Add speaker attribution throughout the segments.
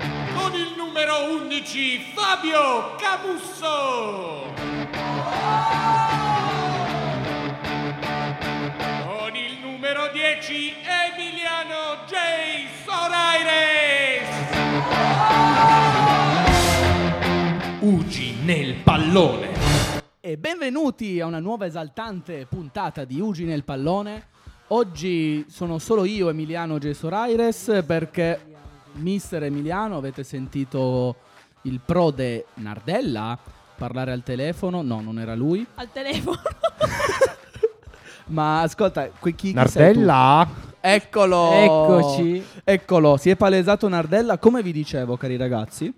Speaker 1: il numero 11 Fabio Camusso. Con il numero 10 Emiliano J. Soraires. Ugi nel pallone.
Speaker 2: E benvenuti a una nuova esaltante puntata di Ugi nel pallone. Oggi sono solo io, Emiliano Gesoraires, perché mister Emiliano, avete sentito il prode Nardella parlare al telefono? No, non era lui.
Speaker 3: al telefono.
Speaker 2: Ma ascolta, qui chi, chi sei tu?
Speaker 4: Nardella?
Speaker 2: Eccolo!
Speaker 4: Eccoci.
Speaker 2: Eccolo, si è palesato Nardella. Come vi dicevo, cari ragazzi,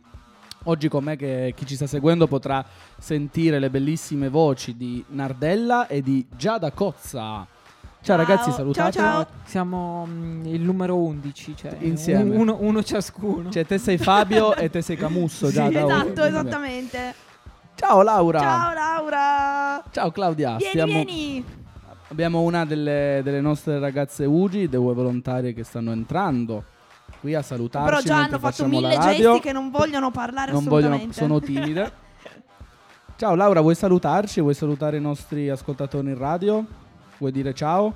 Speaker 2: oggi con me che chi ci sta seguendo potrà sentire le bellissime voci di Nardella e di Giada Cozza. Ciao,
Speaker 3: Ciao,
Speaker 2: ragazzi, salutate.
Speaker 3: ciao, ciao.
Speaker 4: Siamo mm, il numero 11, cioè
Speaker 2: Insieme.
Speaker 4: un- uno, uno ciascuno.
Speaker 2: Cioè, te sei Fabio e te sei Camusso,
Speaker 4: Sì,
Speaker 2: Giada.
Speaker 3: esatto,
Speaker 2: Vabbè.
Speaker 3: esattamente.
Speaker 2: Ciao Laura.
Speaker 3: Ciao Laura.
Speaker 2: Ciao, Claudia.
Speaker 3: Vieni,
Speaker 2: Stiamo-
Speaker 3: vieni.
Speaker 2: Abbiamo una delle, delle nostre ragazze UGI, due volontarie che stanno entrando qui a salutarci.
Speaker 3: Però già
Speaker 2: mentre
Speaker 3: hanno fatto
Speaker 2: facciamo la
Speaker 3: mille
Speaker 2: radio.
Speaker 3: gesti che non vogliono parlare
Speaker 2: non vogliono,
Speaker 3: assolutamente.
Speaker 2: sono timide. ciao Laura, vuoi salutarci? Vuoi salutare i nostri ascoltatori in radio? Vuoi dire ciao?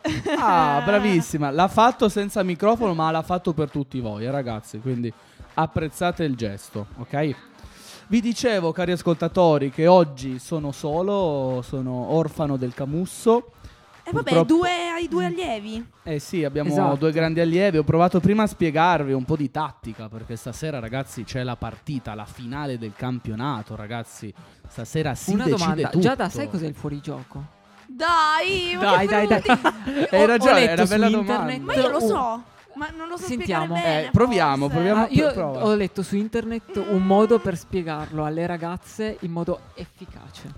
Speaker 2: Ah, bravissima. L'ha fatto senza microfono, ma l'ha fatto per tutti voi, eh, ragazzi. Quindi apprezzate il gesto, ok? Vi dicevo, cari ascoltatori, che oggi sono solo, sono orfano del Camusso.
Speaker 3: E Eh, vabbè,
Speaker 2: Purtroppo-
Speaker 3: due, hai due allievi.
Speaker 2: Eh sì, abbiamo
Speaker 4: Esatto.
Speaker 2: due grandi allievi. Ho provato prima a spiegarvi un po' di tattica perché stasera, ragazzi, c'è la partita, la finale del campionato, ragazzi. Stasera si
Speaker 4: una
Speaker 2: decide
Speaker 4: domanda,
Speaker 2: tutto.
Speaker 4: Giada, sai cos'è il fuorigioco?
Speaker 3: Dai, ma
Speaker 4: Dai,
Speaker 3: che
Speaker 4: dai, dai.
Speaker 3: brutti.
Speaker 2: Hai
Speaker 4: Ho- ho
Speaker 2: ragione,
Speaker 4: letto
Speaker 2: è una
Speaker 4: su
Speaker 2: bella
Speaker 4: internet-
Speaker 2: domanda. Cioè,
Speaker 3: Ma io lo
Speaker 4: Oh.
Speaker 3: so, ma non lo so
Speaker 4: Sentiamo.
Speaker 3: spiegare bene.
Speaker 2: uh. Eh, proviamo,
Speaker 3: forse.
Speaker 2: proviamo.
Speaker 4: Ah, io
Speaker 2: prova.
Speaker 4: ho letto su internet un modo per spiegarlo alle ragazze in modo efficace.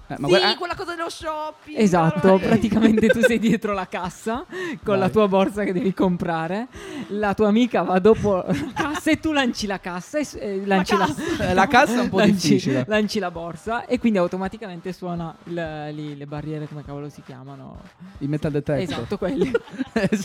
Speaker 2: Eh,
Speaker 3: sì,
Speaker 2: ma guarda-
Speaker 3: quella cosa dello shopping.
Speaker 4: Esatto,
Speaker 3: allora-
Speaker 4: praticamente tu sei dietro la cassa con la
Speaker 2: Vai.
Speaker 4: tua borsa che devi comprare, la tua amica va dopo la cassa e tu lanci la cassa e s- e lanci la,
Speaker 2: eh, la cassa è un po'
Speaker 4: lanci-
Speaker 2: difficile.
Speaker 4: lanci la borsa e quindi automaticamente suona il- lì le barriere come cavolo si chiamano.
Speaker 2: Il metal detector.
Speaker 4: Esatto, quelli. Esatto.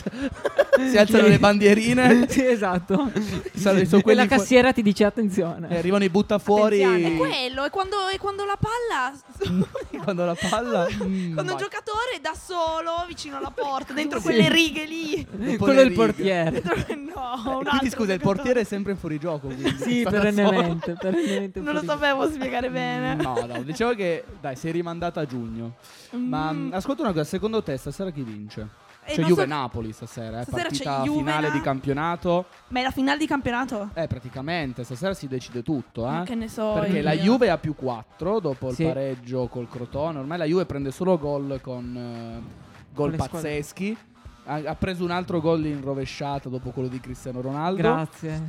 Speaker 2: si alzano le bandierine.
Speaker 4: sì, esatto.
Speaker 2: Sono- sono
Speaker 4: e
Speaker 2: quelli Eh,
Speaker 4: la
Speaker 2: fu-
Speaker 4: cassiera ti dice
Speaker 2: E
Speaker 4: attenzione.
Speaker 2: arrivano i buttafuori.
Speaker 3: È quello, è quando, è quando la palla...
Speaker 2: Quando la palla. mm,
Speaker 3: Quando un
Speaker 2: vai.
Speaker 3: giocatore da solo vicino alla porta, dentro
Speaker 4: Sì.
Speaker 3: quelle righe lì.
Speaker 2: Dopo
Speaker 4: Quello
Speaker 2: le
Speaker 4: è il
Speaker 2: righe.
Speaker 4: portiere.
Speaker 3: Dentro- No, un
Speaker 2: Eh, Quindi
Speaker 3: altro
Speaker 2: scusa, il
Speaker 3: giocatore.
Speaker 2: portiere è sempre in fuorigioco. quindi
Speaker 4: Sì,
Speaker 2: sta da solo.
Speaker 4: perennemente, perennemente
Speaker 3: Non lo
Speaker 4: fuori-
Speaker 3: sapevo
Speaker 2: Mm,
Speaker 3: spiegare bene.
Speaker 2: No, no, dicevo che dai, sei rimandata a giugno. Ma
Speaker 3: Mm.
Speaker 2: mh, ascolta una cosa, secondo te stasera chi vince?
Speaker 3: Eh,
Speaker 2: c'è
Speaker 3: non so-
Speaker 2: Juve-Napoli stasera, è
Speaker 3: Stasera c'è
Speaker 2: partita
Speaker 3: Juve,
Speaker 2: finale
Speaker 3: Na-
Speaker 2: di campionato.
Speaker 3: Ma è la finale di campionato?
Speaker 2: Eh, praticamente, stasera si decide tutto,
Speaker 3: Ma
Speaker 2: eh.
Speaker 3: Che ne so.
Speaker 2: Perché
Speaker 3: io.
Speaker 2: la Juve ha più 4 dopo il
Speaker 4: Sì.
Speaker 2: pareggio col Crotone. Ormai la Juve prende solo gol con eh,
Speaker 4: Con
Speaker 2: gol
Speaker 4: le squadre.
Speaker 2: pazzeschi. Ha, ha preso un altro gol in rovesciata dopo quello di Cristiano Ronaldo.
Speaker 4: Grazie.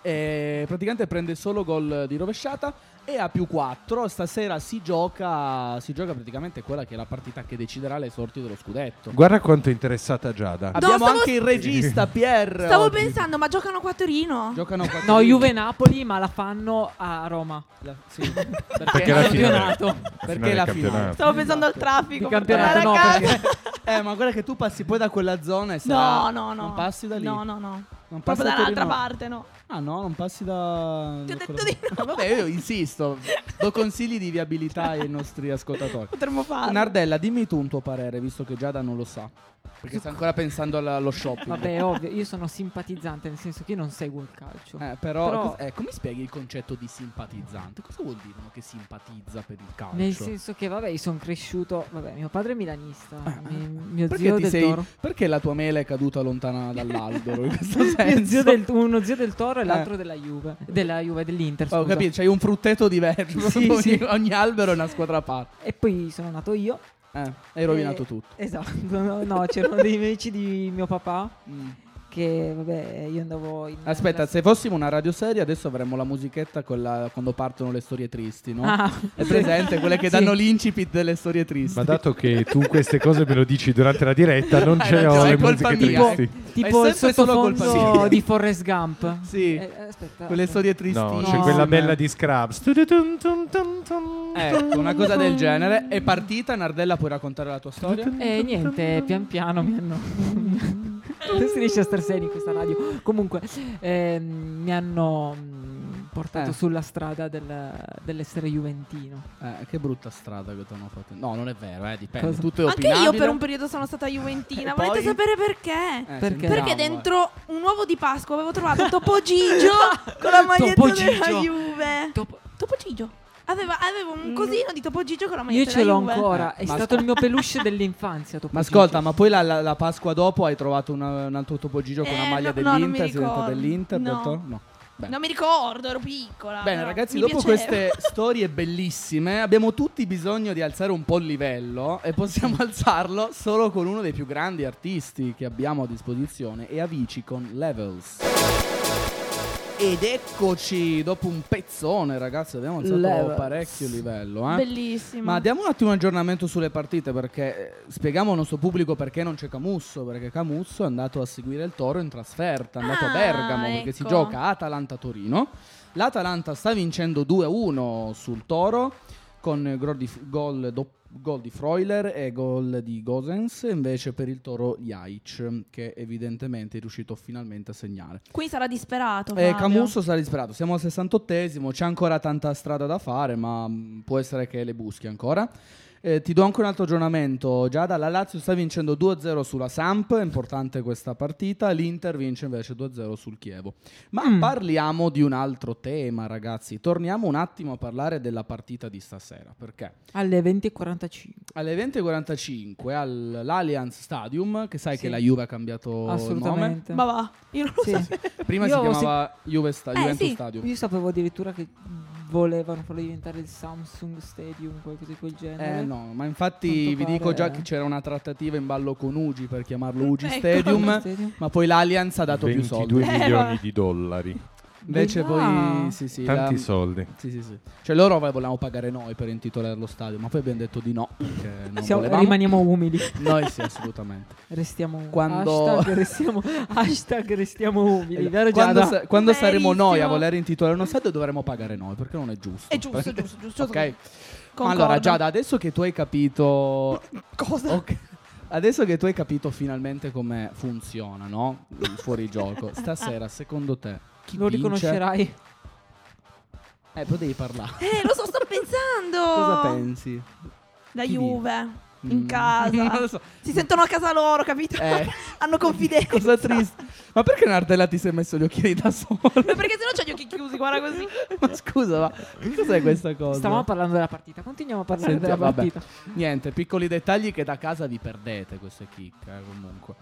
Speaker 2: E praticamente prende solo gol di rovesciata e ha più 4. Stasera si gioca, si gioca praticamente quella che è la partita che deciderà le sorti dello scudetto.
Speaker 5: Guarda quanto è interessata Giada.
Speaker 2: Abbiamo
Speaker 3: stavo-
Speaker 2: anche il regista Pierre.
Speaker 3: Stavo
Speaker 2: oggi.
Speaker 3: pensando, ma giocano qua a Torino?
Speaker 2: Giocano quattro
Speaker 4: No,
Speaker 2: minuti.
Speaker 4: Juve Napoli, ma la fanno a Roma.
Speaker 2: La- sì, perché,
Speaker 5: Perché la finale-
Speaker 4: campionato.
Speaker 2: Perché la
Speaker 5: del
Speaker 2: finale.
Speaker 5: campionato.
Speaker 3: Stavo pensando al
Speaker 2: Esatto.
Speaker 3: traffico. per
Speaker 4: Di
Speaker 3: tornare
Speaker 4: campionato,
Speaker 3: a
Speaker 4: no,
Speaker 3: casa.
Speaker 2: perché- Eh, ma guarda che tu passi poi da quella zona e
Speaker 3: No,
Speaker 2: sarà-
Speaker 3: no, no.
Speaker 2: Non passi da lì.
Speaker 3: No, no, no.
Speaker 2: Non passi
Speaker 3: Proprio
Speaker 2: da
Speaker 3: dall'altra
Speaker 2: Torino.
Speaker 3: parte, no.
Speaker 2: Ah, no, non passi da.
Speaker 3: Ti ho
Speaker 2: da
Speaker 3: detto
Speaker 2: quella-
Speaker 3: di no.
Speaker 2: Ah, Vabbè, io insisto. Do consigli di viabilità ai nostri ascoltatori.
Speaker 3: Potremmo farlo.
Speaker 2: Nardella, dimmi tu un tuo parere, visto che Giada non lo sa. Perché sta ancora pensando alla- allo shopping.
Speaker 4: Vabbè, ovvio, io sono simpatizzante, nel senso che io non seguo il calcio.
Speaker 2: Eh, però,
Speaker 4: Però-
Speaker 2: cos- eh, come spieghi il concetto di simpatizzante? Cosa vuol dire uno che simpatizza per il calcio?
Speaker 4: Nel senso che, vabbè, io sono cresciuto. Vabbè, mio padre è milanista,
Speaker 2: Eh,
Speaker 4: mi- mio
Speaker 2: perché,
Speaker 4: zio
Speaker 2: ti
Speaker 4: del
Speaker 2: sei-
Speaker 4: toro.
Speaker 2: perché la tua mela è caduta lontana dall'albero? In questo
Speaker 4: Mio zio
Speaker 2: senso,
Speaker 4: del- uno zio del toro e
Speaker 2: Eh.
Speaker 4: l'altro della Juve. Della Juve, dell'Inter.
Speaker 2: Ho
Speaker 4: scusa.
Speaker 2: capito, c'hai un frutteto diverso.
Speaker 4: Sì,
Speaker 2: ogni,
Speaker 4: sì.
Speaker 2: ogni albero è una squadra a parte.
Speaker 4: E poi sono nato io.
Speaker 2: Eh, hai rovinato
Speaker 4: e-
Speaker 2: tutto.
Speaker 4: Esatto, no, no, c'erano dei amici di mio papà
Speaker 2: Mm.
Speaker 4: che, vabbè, io andavo in...
Speaker 2: Aspetta,
Speaker 4: la-
Speaker 2: se fossimo una radioserie adesso avremmo la musichetta quella- quando partono le storie tristi, no?
Speaker 4: Ah.
Speaker 2: È presente quelle che
Speaker 4: Sì.
Speaker 2: danno l'incipit delle storie tristi.
Speaker 5: Ma dato che tu queste cose me lo dici durante la diretta, non
Speaker 2: Hai
Speaker 5: ce ne ho
Speaker 2: ragione,
Speaker 5: le
Speaker 2: è colpa
Speaker 5: musiche
Speaker 2: mia.
Speaker 5: tristi.
Speaker 4: Tipo
Speaker 2: È
Speaker 4: il
Speaker 2: sempre solo colpa
Speaker 4: sottofondo
Speaker 2: mia.
Speaker 4: di Forrest Gump.
Speaker 2: Sì.
Speaker 4: Eh, aspetta.
Speaker 2: Quelle storie tristi.
Speaker 5: No, c'è
Speaker 4: No.
Speaker 5: quella bella di Scrubs.
Speaker 2: Ecco, una cosa del genere.
Speaker 4: Eh,
Speaker 2: È partita, Nardella, puoi raccontare la tua storia?
Speaker 4: E niente, pian piano mi hanno... Non si riesce a star seri in questa radio. Comunque, ehm, mi hanno mm, portato
Speaker 2: Eh.
Speaker 4: sulla strada del- dell'essere juventino.
Speaker 2: Eh, che brutta strada che ti hanno fatto. No, non è vero, eh, dipende.
Speaker 4: Cosa?
Speaker 2: Tutto è
Speaker 3: Anche io
Speaker 2: opinabile.
Speaker 3: per un periodo sono stata juventina.
Speaker 2: E poi?
Speaker 3: Volete sapere perché?
Speaker 2: Eh,
Speaker 4: Perché?
Speaker 2: sentiamo,
Speaker 3: Perché
Speaker 2: eh.
Speaker 3: dentro un uovo di Pasqua avevo trovato Topo Gigio con la maglietta
Speaker 4: Topo
Speaker 3: della
Speaker 4: Gigio.
Speaker 3: Juve.
Speaker 4: Top-
Speaker 3: Topo Gigio. Aveva- avevo
Speaker 2: Mm.
Speaker 3: un cosino di Topo Gigio con la
Speaker 4: Io
Speaker 3: maglietta
Speaker 4: ce
Speaker 3: della
Speaker 4: l'ho
Speaker 3: Juve.
Speaker 4: ancora.
Speaker 2: Eh,
Speaker 4: È
Speaker 2: ma
Speaker 4: stato il mio peluche dell'infanzia. Topo
Speaker 2: Ma ascolta,
Speaker 4: Gigio.
Speaker 2: ma poi la, la- la Pasqua dopo hai trovato una- un altro topogigio con
Speaker 3: Eh,
Speaker 2: la maglia
Speaker 3: no- no, non mi
Speaker 2: dell'Inter, sei diventata
Speaker 3: ricordo.
Speaker 2: dell'Inter,
Speaker 3: No.
Speaker 2: dottor? No. Bene.
Speaker 3: Non mi ricordo, ero piccola.
Speaker 2: Bene,
Speaker 3: però
Speaker 2: ragazzi,
Speaker 3: mi
Speaker 2: dopo
Speaker 3: piaceva.
Speaker 2: queste storie bellissime, abbiamo tutti bisogno di alzare un po' il livello e possiamo alzarlo solo con uno dei più grandi artisti che abbiamo a disposizione, e Avicii con Levels. Ed eccoci dopo un pezzone, ragazzi, abbiamo alzato
Speaker 4: Levels.
Speaker 2: parecchio il livello, eh.
Speaker 3: Bellissimo.
Speaker 2: Ma diamo un attimo un aggiornamento sulle partite perché eh, spieghiamo al nostro pubblico perché non c'è Camusso, perché Camusso è andato a seguire il Toro in trasferta, è andato a
Speaker 3: Ah,
Speaker 2: Bergamo perché si
Speaker 3: ecco.
Speaker 2: gioca Atalanta-Torino. L'Atalanta sta vincendo 2-1 sul Toro con eh, gol di, gol do- gol di Freuler e gol di Gosens, invece per il Toro Jaic che evidentemente è riuscito finalmente a segnare.
Speaker 3: Qui sarà disperato.
Speaker 2: Eh,
Speaker 3: Fabio.
Speaker 2: Camusso sarà disperato. Siamo al 68esimo, c'è ancora tanta strada da fare, ma mh, può essere che le buschi ancora. Eh, ti do anche un altro aggiornamento. Giada, la Lazio sta vincendo 2-0 sulla Samp, è importante questa partita. L'Inter vince invece 2-0 sul Chievo. Ma
Speaker 4: Mm.
Speaker 2: parliamo di un altro tema, ragazzi. Torniamo un attimo a parlare della partita di stasera. Perché?
Speaker 4: Alle 20.45.
Speaker 2: Alle 20.45 all'Allianz Stadium, che sai
Speaker 4: Sì.
Speaker 2: che la Juve ha cambiato Oh, il nome.
Speaker 4: Assolutamente.
Speaker 3: Ma va, io non lo
Speaker 4: Sì.
Speaker 3: sapevo.
Speaker 2: Prima
Speaker 4: Io
Speaker 2: si
Speaker 4: avevo sen-
Speaker 2: chiamava Juve Sta-
Speaker 3: Eh,
Speaker 2: Juventus
Speaker 3: sì.
Speaker 2: Stadium.
Speaker 4: Io sapevo addirittura che volevano farlo diventare il Samsung Stadium, qualcosa di quel genere.
Speaker 2: Eh no, ma infatti
Speaker 4: Quanto
Speaker 2: vi
Speaker 4: pare-
Speaker 2: dico già che c'era una trattativa in ballo con Ugi per chiamarlo Ugi
Speaker 3: Ecco.
Speaker 2: Stadium,
Speaker 4: Stadium.
Speaker 2: ma poi l'Allianz ha dato più soldi. Eh,
Speaker 5: 22
Speaker 3: Eh,
Speaker 5: milioni
Speaker 3: vabbè.
Speaker 5: di dollari.
Speaker 2: Invece
Speaker 4: Ah.
Speaker 2: poi sì, sì,
Speaker 5: Tanti
Speaker 2: la-
Speaker 5: soldi.
Speaker 2: Sì, sì, sì. Cioè loro volevamo pagare noi per intitolare lo stadio, ma poi abbiamo detto di no perché non
Speaker 4: Siamo-
Speaker 2: volevamo.
Speaker 4: rimaniamo umili.
Speaker 2: Noi sì, assolutamente.
Speaker 4: Restiamo
Speaker 2: Quando- Eh,
Speaker 4: hashtag, restiamo, hashtag restiamo umili, vero
Speaker 2: Esatto. quando
Speaker 4: Giada?
Speaker 2: sa- quando saremo noi a
Speaker 3: Verissimo.
Speaker 2: voler intitolare uno stadio dovremo pagare noi perché non è giusto.
Speaker 3: È giusto, giusto, giusto.
Speaker 2: Ok.
Speaker 3: Concordo.
Speaker 2: Allora Giada, adesso che tu hai capito
Speaker 3: Cosa?
Speaker 2: Ok. Adesso che tu hai capito finalmente come funziona, no? Il fuorigioco. Stasera, secondo te, chi
Speaker 4: Lo
Speaker 2: vince?
Speaker 4: riconoscerai.
Speaker 2: Eh, però devi parlare.
Speaker 3: Eh, lo so, sto pensando.
Speaker 2: Cosa pensi?
Speaker 3: La
Speaker 2: Chi
Speaker 3: Juve.
Speaker 2: Mm.
Speaker 3: In
Speaker 2: non lo
Speaker 3: casa.
Speaker 2: so.
Speaker 3: si sentono a casa loro, capito?
Speaker 2: Eh.
Speaker 3: Hanno confidenza.
Speaker 2: Cosa triste. Ma perché Nardella ti sei messo gli occhiali da
Speaker 3: Ma
Speaker 2: sole?
Speaker 3: Perché sennò c'ho gli occhi chiusi, guarda così.
Speaker 2: ma scusa, ma che cos'è questa cosa?
Speaker 4: Stavamo parlando della partita, continuiamo a parlare
Speaker 2: Senti-
Speaker 4: della
Speaker 2: vabbè.
Speaker 4: partita.
Speaker 2: Niente, piccoli dettagli che da casa vi perdete, questo è kick eh, comunque.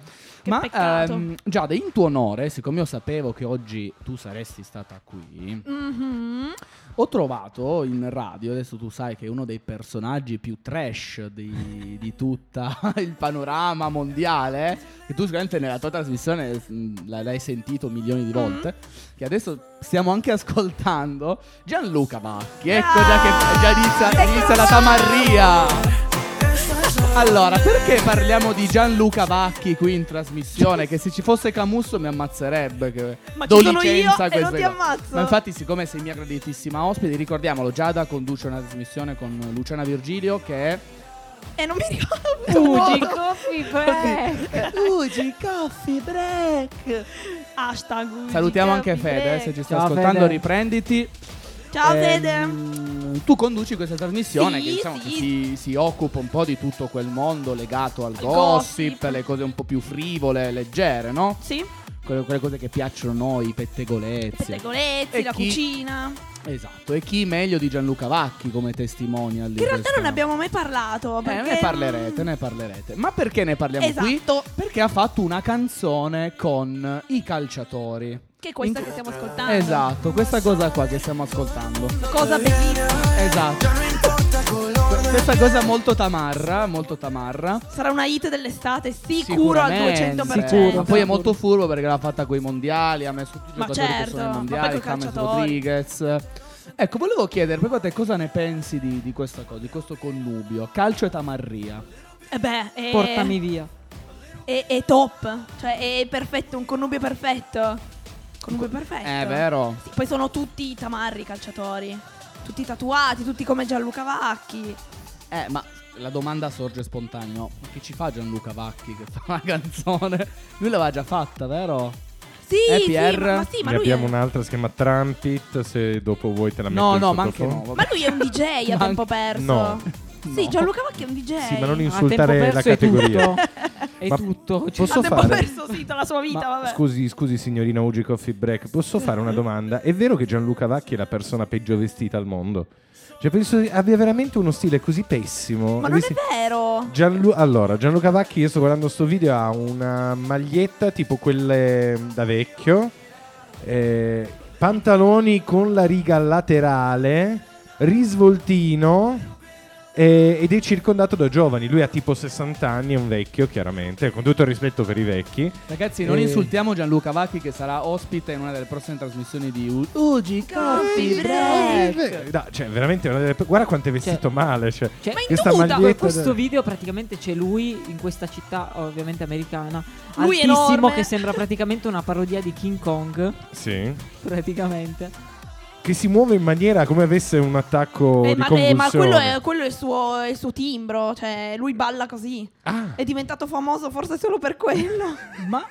Speaker 3: Che
Speaker 2: Ma
Speaker 3: peccato.
Speaker 2: ehm, Giada, in tuo onore, siccome io sapevo che oggi tu saresti stata qui,
Speaker 3: Mhm.
Speaker 2: Ho trovato in radio, adesso tu sai che è uno dei personaggi più trash di, di tutta il panorama mondiale, che tu sicuramente nella tua trasmissione mh, l'hai l'hai sentito milioni di volte, che adesso stiamo anche ascoltando Gianluca Bacchi, ecco già che già inizia,
Speaker 3: Eccolo
Speaker 2: inizia la
Speaker 3: qua!
Speaker 2: tamarria. Allora, perché parliamo di Gianluca Bacchi qui in trasmissione? Che se ci fosse Camusso mi ammazzerebbe. Che
Speaker 3: Ma ci
Speaker 2: do
Speaker 3: sono io
Speaker 2: licenza a
Speaker 3: e non
Speaker 2: queste
Speaker 3: ti
Speaker 2: cose.
Speaker 3: ammazzo.
Speaker 2: Ma infatti, siccome sei mia graditissima ospite, ricordiamolo, Giada conduce una trasmissione con Luciana Virgilio che è...
Speaker 3: E non mi ricordo.
Speaker 4: Ugi,
Speaker 3: Ugi.
Speaker 4: coffee break.
Speaker 2: Ugi Coffee Break.
Speaker 3: Hashtag Ugi,
Speaker 2: Salutiamo anche
Speaker 3: capi,
Speaker 2: Fede,
Speaker 3: prego.
Speaker 2: eh, se ci sta
Speaker 4: Ciao,
Speaker 2: ascoltando,
Speaker 4: Fede.
Speaker 2: riprenditi.
Speaker 3: Ciao Fede.
Speaker 2: Ehm, Tu conduci questa trasmissione
Speaker 3: Sì,
Speaker 2: che diciamo
Speaker 3: sì.
Speaker 2: che si, si occupa un po' di tutto quel mondo legato al gossip,
Speaker 3: gossip.
Speaker 2: le cose un po' più frivole, leggere, no?
Speaker 3: Sì,
Speaker 2: Quelle, quelle cose che piacciono a noi, i pettegolezzi.
Speaker 3: pettegolezzi,
Speaker 2: E
Speaker 3: la
Speaker 2: chi-
Speaker 3: cucina.
Speaker 2: Esatto, e chi meglio di Gianluca Vacchi come testimonial? di
Speaker 3: Che in realtà
Speaker 2: questo-
Speaker 3: non ne abbiamo mai parlato.
Speaker 2: Eh,
Speaker 3: perché
Speaker 2: ne parlerete, ne parlerete. Ma perché ne parliamo qui?
Speaker 3: Esatto.
Speaker 2: Perché ha fatto una canzone con i calciatori.
Speaker 3: Che è questa
Speaker 2: In-
Speaker 3: che stiamo ascoltando.
Speaker 2: Esatto, questa cosa qua che stiamo ascoltando.
Speaker 3: Cosa bellissima.
Speaker 2: Esatto. Questa cosa molto tamarra, molto tamarra.
Speaker 3: Sarà una hit dell'estate, sicuro al 200%.
Speaker 2: Ma poi è molto furbo perché l'ha fatta coi mondiali, ha messo tutti i
Speaker 3: Ma
Speaker 2: giocatori che sono ai
Speaker 3: certo, ma
Speaker 2: mondiali,
Speaker 3: poi coi
Speaker 2: James
Speaker 3: calciatori.
Speaker 2: Rodriguez. Ecco, volevo chiedere proprio a te cosa ne pensi di, di questa cosa, di questo connubio, calcio e tamarria.
Speaker 3: Eh beh, è,
Speaker 4: Portami via.
Speaker 3: è- è top. Cioè, è perfetto, un connubio perfetto. Connubio perfetto.
Speaker 2: È Eh, vero?
Speaker 3: Sì, poi sono tutti tamarri i calciatori. Tutti tatuati, tutti come Gianluca Vacchi.
Speaker 2: Eh, ma la domanda sorge spontanea. no? Ma che ci fa Gianluca Vacchi che fa una canzone? Lui l'aveva già fatta, vero?
Speaker 3: Sì,
Speaker 2: Eh,
Speaker 3: sì,
Speaker 2: PR?
Speaker 3: ma, ma sì, ma
Speaker 5: ne
Speaker 3: lui, è,
Speaker 5: abbiamo un'altra, si chiama Trumpet, se dopo vuoi te la metto
Speaker 2: No,
Speaker 5: in
Speaker 2: no, ma anche
Speaker 5: sottofondo.
Speaker 2: no. vabbè.
Speaker 3: ma lui è un DJ a
Speaker 2: Ma-
Speaker 3: tempo perso.
Speaker 5: no.
Speaker 3: Sì, Gianluca Vacchi è un DJ.
Speaker 5: Sì, ma non
Speaker 4: A
Speaker 5: insultare
Speaker 4: Ah, tempo
Speaker 5: la
Speaker 4: perso è
Speaker 5: categoria.
Speaker 4: tutto. È
Speaker 5: Ma
Speaker 4: tutto. cioè, Ci-
Speaker 5: posso
Speaker 3: ha tempo
Speaker 5: fare?
Speaker 3: perso, sì, tutta la sua vita, vabbè.
Speaker 5: Scusi, scusi signorina Ugi Coffee Break, posso fare una domanda? È vero che Gianluca Vacchi è la persona peggio vestita al mondo? Cioè penso abbia veramente uno stile così pessimo.
Speaker 3: ma non è
Speaker 5: Vesti-
Speaker 3: vero.
Speaker 5: Gianlu- allora, Gianluca Vacchi, io sto guardando sto video, ha una maglietta tipo quelle da vecchio, eh, pantaloni con la riga laterale, risvoltino eh, ed è circondato da giovani. Lui ha tipo 60 anni, è un vecchio chiaramente, con tutto il rispetto per i vecchi.
Speaker 2: Ragazzi, non
Speaker 5: Eh.
Speaker 2: insultiamo Gianluca Vacchi che sarà ospite in una delle prossime trasmissioni di U- Ugi Coffee
Speaker 3: Coffee
Speaker 2: Break.
Speaker 5: No, cioè, veramente, una delle- guarda quanto è vestito
Speaker 4: Cioè-
Speaker 5: male. Cioè.
Speaker 4: cioè,
Speaker 3: Ma in
Speaker 5: Questa
Speaker 3: tuta,
Speaker 5: maglietta
Speaker 4: in questo
Speaker 5: da-
Speaker 4: video praticamente c'è lui in questa città ovviamente americana
Speaker 3: Lui
Speaker 4: altissimo
Speaker 3: enorme.
Speaker 4: che sembra praticamente una parodia di King Kong
Speaker 5: Sì.
Speaker 4: praticamente
Speaker 5: Che si muove in maniera come avesse un attacco
Speaker 3: Eh,
Speaker 5: di
Speaker 3: ma,
Speaker 5: convulsione.
Speaker 3: eh, ma quello, è, quello è il, suo, è il suo timbro, cioè lui balla così.
Speaker 5: Ah.
Speaker 3: È diventato famoso forse solo per quello.
Speaker 2: Ma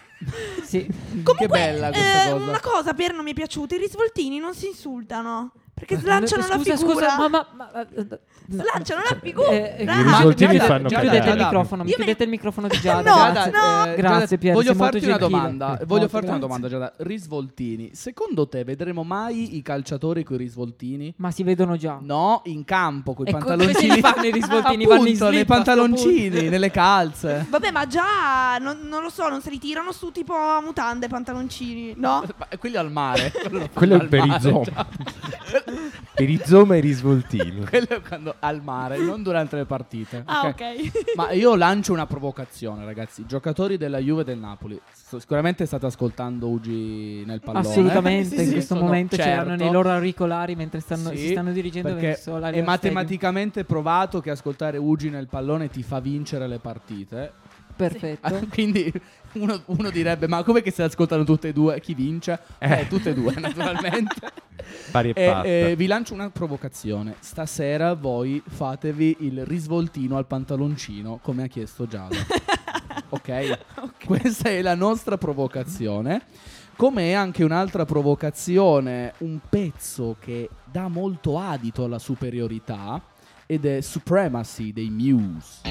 Speaker 4: sì.
Speaker 3: Comunque,
Speaker 2: che bella questa
Speaker 3: eh,
Speaker 2: cosa.
Speaker 3: una cosa per non mi è piaciuta, i risvoltini non si insultano. Perché
Speaker 4: Lanciano
Speaker 3: slanciano la figura.
Speaker 4: scusa ma, ma, ma- no.
Speaker 3: Slanciano la figura.
Speaker 4: Eh,
Speaker 3: I
Speaker 4: Giada,
Speaker 5: risoltivi
Speaker 4: Giada,
Speaker 5: fanno
Speaker 4: Giada,
Speaker 5: cagare.
Speaker 4: chiudete il
Speaker 3: Io me
Speaker 4: microfono mi
Speaker 3: ne-
Speaker 4: chiudete il microfono di Giada
Speaker 3: No,
Speaker 4: grazie,
Speaker 3: no.
Speaker 4: eh, grazie Pier,
Speaker 2: voglio
Speaker 4: sei molto
Speaker 2: farti una
Speaker 4: gentile.
Speaker 2: domanda.
Speaker 4: Molto
Speaker 2: Voglio farti una
Speaker 4: grazie.
Speaker 2: domanda, Giada. Risvoltini. Secondo te vedremo mai i calciatori con i risvoltini?
Speaker 4: ma si vedono già
Speaker 2: No, in campo con i
Speaker 4: E co-
Speaker 2: pantaloncini.
Speaker 4: come si fanno i risvoltini? Vanno in
Speaker 2: Appunto, nei
Speaker 4: slip a sto
Speaker 2: pantaloncini,
Speaker 4: punto.
Speaker 2: nelle calze.
Speaker 3: Vabbè, ma già non, non lo so, non se li tirano su tipo mutande, pantaloncini, no?
Speaker 2: Ma Quelli al mare. lo
Speaker 5: Quello
Speaker 2: fanno
Speaker 5: è un
Speaker 2: al mare,
Speaker 5: perizoma.
Speaker 2: cioè,
Speaker 5: Perizoma e risvoltini.
Speaker 2: Quello è quando al mare, non durante le partite.
Speaker 3: Ah,
Speaker 2: ok?
Speaker 3: ok.
Speaker 2: Ma io lancio una provocazione, ragazzi. I Giocatori della Juve e del Napoli. s- Sicuramente state ascoltando Ugi nel pallone.
Speaker 4: assolutamente
Speaker 2: Sì,
Speaker 4: in
Speaker 2: sì,
Speaker 4: questo
Speaker 2: sono-
Speaker 4: momento ce
Speaker 2: certo.
Speaker 4: l'hanno nei loro auricolari mentre stanno,
Speaker 2: Sì,
Speaker 4: si stanno dirigendo
Speaker 2: perché
Speaker 4: verso la
Speaker 2: È matematicamente provato che ascoltare Ugi nel pallone ti fa vincere le partite.
Speaker 4: perfetto
Speaker 2: Quindi uno, uno direbbe: Ma come che se ascoltano tutte e due? Chi vince? Eh,
Speaker 5: Eh.
Speaker 2: tutte e due, naturalmente.
Speaker 5: Pari e
Speaker 2: E,
Speaker 5: patta.
Speaker 2: eh, vi lancio una provocazione. Stasera voi fatevi il risvoltino al pantaloncino, come ha chiesto Giada. ok? Questa è la nostra provocazione. Come è anche un'altra provocazione, un pezzo che dà molto adito alla superiorità ed è Supremacy dei Muse.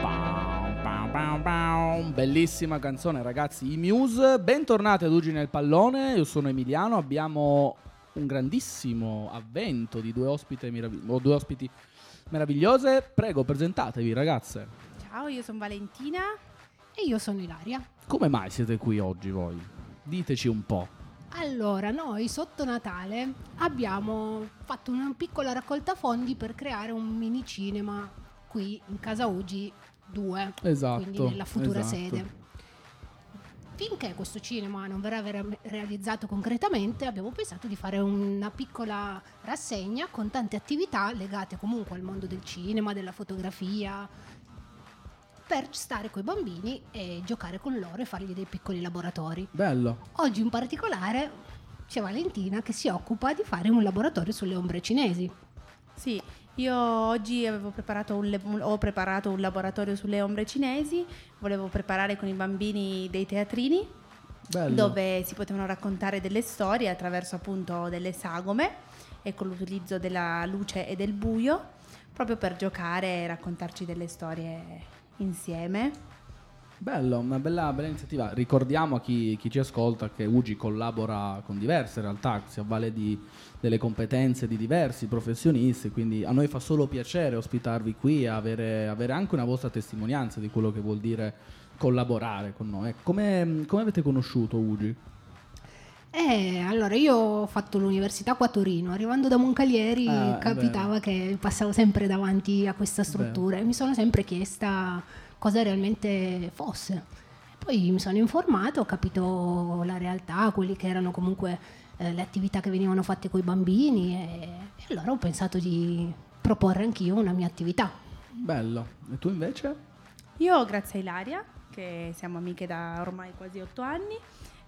Speaker 2: Pam, pam, pam, pam. Bellissima canzone ragazzi, i Muse. Bentornati ad Ugi nel pallone, io sono Emiliano, abbiamo un grandissimo avvento di due, ospite meravi- o due ospiti meravigliose. Prego, presentatevi ragazze.
Speaker 6: Ciao, io sono Valentina e io sono Ilaria.
Speaker 2: Come mai siete qui oggi voi? Diteci un po'.
Speaker 6: Allora, noi sotto Natale abbiamo fatto una piccola raccolta fondi per creare un mini cinema qui in casa Ugi 2,
Speaker 2: Esatto,
Speaker 6: quindi nella futura
Speaker 2: esatto.
Speaker 6: sede. Finché questo cinema non verrà vera- realizzato concretamente, abbiamo pensato di fare una piccola rassegna con tante attività legate comunque al mondo del cinema, della fotografia, per stare con i bambini e giocare con loro e fargli dei piccoli laboratori.
Speaker 2: Bello.
Speaker 6: Oggi in particolare c'è Valentina che si occupa di fare un laboratorio sulle ombre cinesi.
Speaker 7: Sì, io oggi avevo preparato un le- un- ho preparato un laboratorio sulle ombre cinesi, volevo preparare con i bambini dei teatrini
Speaker 2: Bello.
Speaker 7: dove si potevano raccontare delle storie attraverso appunto delle sagome e con l'utilizzo della luce e del buio, proprio per giocare e raccontarci delle storie insieme.
Speaker 2: Bello, una bella, bella iniziativa. Ricordiamo a chi, chi ci ascolta che Ugi collabora con diverse realtà, si avvale di, delle competenze di diversi professionisti, quindi a noi fa solo piacere ospitarvi qui e avere, avere anche una vostra testimonianza di quello che vuol dire collaborare con noi. Ecco, Come, come avete conosciuto Ugi?
Speaker 6: Eh, allora io ho fatto l'università qua a Torino, arrivando da Moncalieri
Speaker 2: Ah, è
Speaker 6: capitava che passavo sempre davanti a questa struttura e mi sono sempre chiesta cosa realmente fosse. Poi mi sono informato, ho capito la realtà, quelli che erano comunque eh, le attività che venivano fatte con i bambini e, e allora ho pensato di proporre anch'io una mia attività.
Speaker 2: Bello. E tu invece?
Speaker 7: Io grazie a Ilaria, che siamo amiche da ormai quasi otto anni,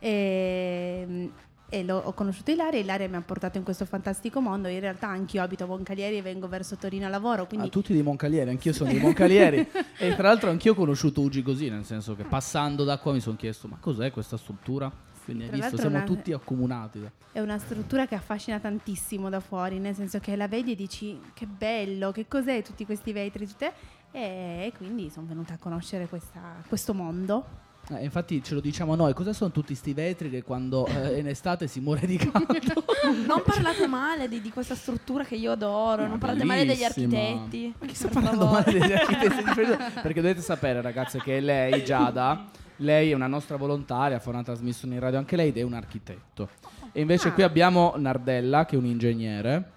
Speaker 7: e mm, e l'ho- ho conosciuto Ilaria, Ilaria mi ha portato in questo fantastico mondo, in realtà anch'io abito a Boncalieri e vengo verso Torino a lavoro,
Speaker 2: A
Speaker 7: quindi
Speaker 2: Ah, tutti dei Moncalieri, anch'io sono dei Moncalieri. e tra l'altro anch'io ho conosciuto Ugi così, nel senso che passando da qua mi sono chiesto ma cos'è questa struttura? Quindi hai
Speaker 7: tra
Speaker 2: visto,
Speaker 7: l'altro
Speaker 2: siamo
Speaker 7: una-
Speaker 2: tutti accomunati. da-
Speaker 7: È una struttura che affascina tantissimo da fuori, nel senso che la vedi e dici che bello, che cos'è tutti questi vetri, tutte... e quindi sono venuta a conoscere questa- questo mondo.
Speaker 2: Eh, infatti ce lo diciamo noi, cosa sono tutti sti vetri che quando eh, in estate si muore di caldo?
Speaker 3: Non parlate male di, di questa struttura che io adoro, non parlate male degli
Speaker 2: Bellissima.
Speaker 3: architetti.
Speaker 2: Ma chi sta
Speaker 3: per
Speaker 2: parlando
Speaker 3: favore.
Speaker 2: male degli architetti di Fresno? Perché dovete sapere, ragazze, che lei, Giada, lei è una nostra volontaria, fa una trasmissione in radio anche lei ed è un architetto. E invece
Speaker 7: Ah.
Speaker 2: qui abbiamo Nardella, che è un ingegnere.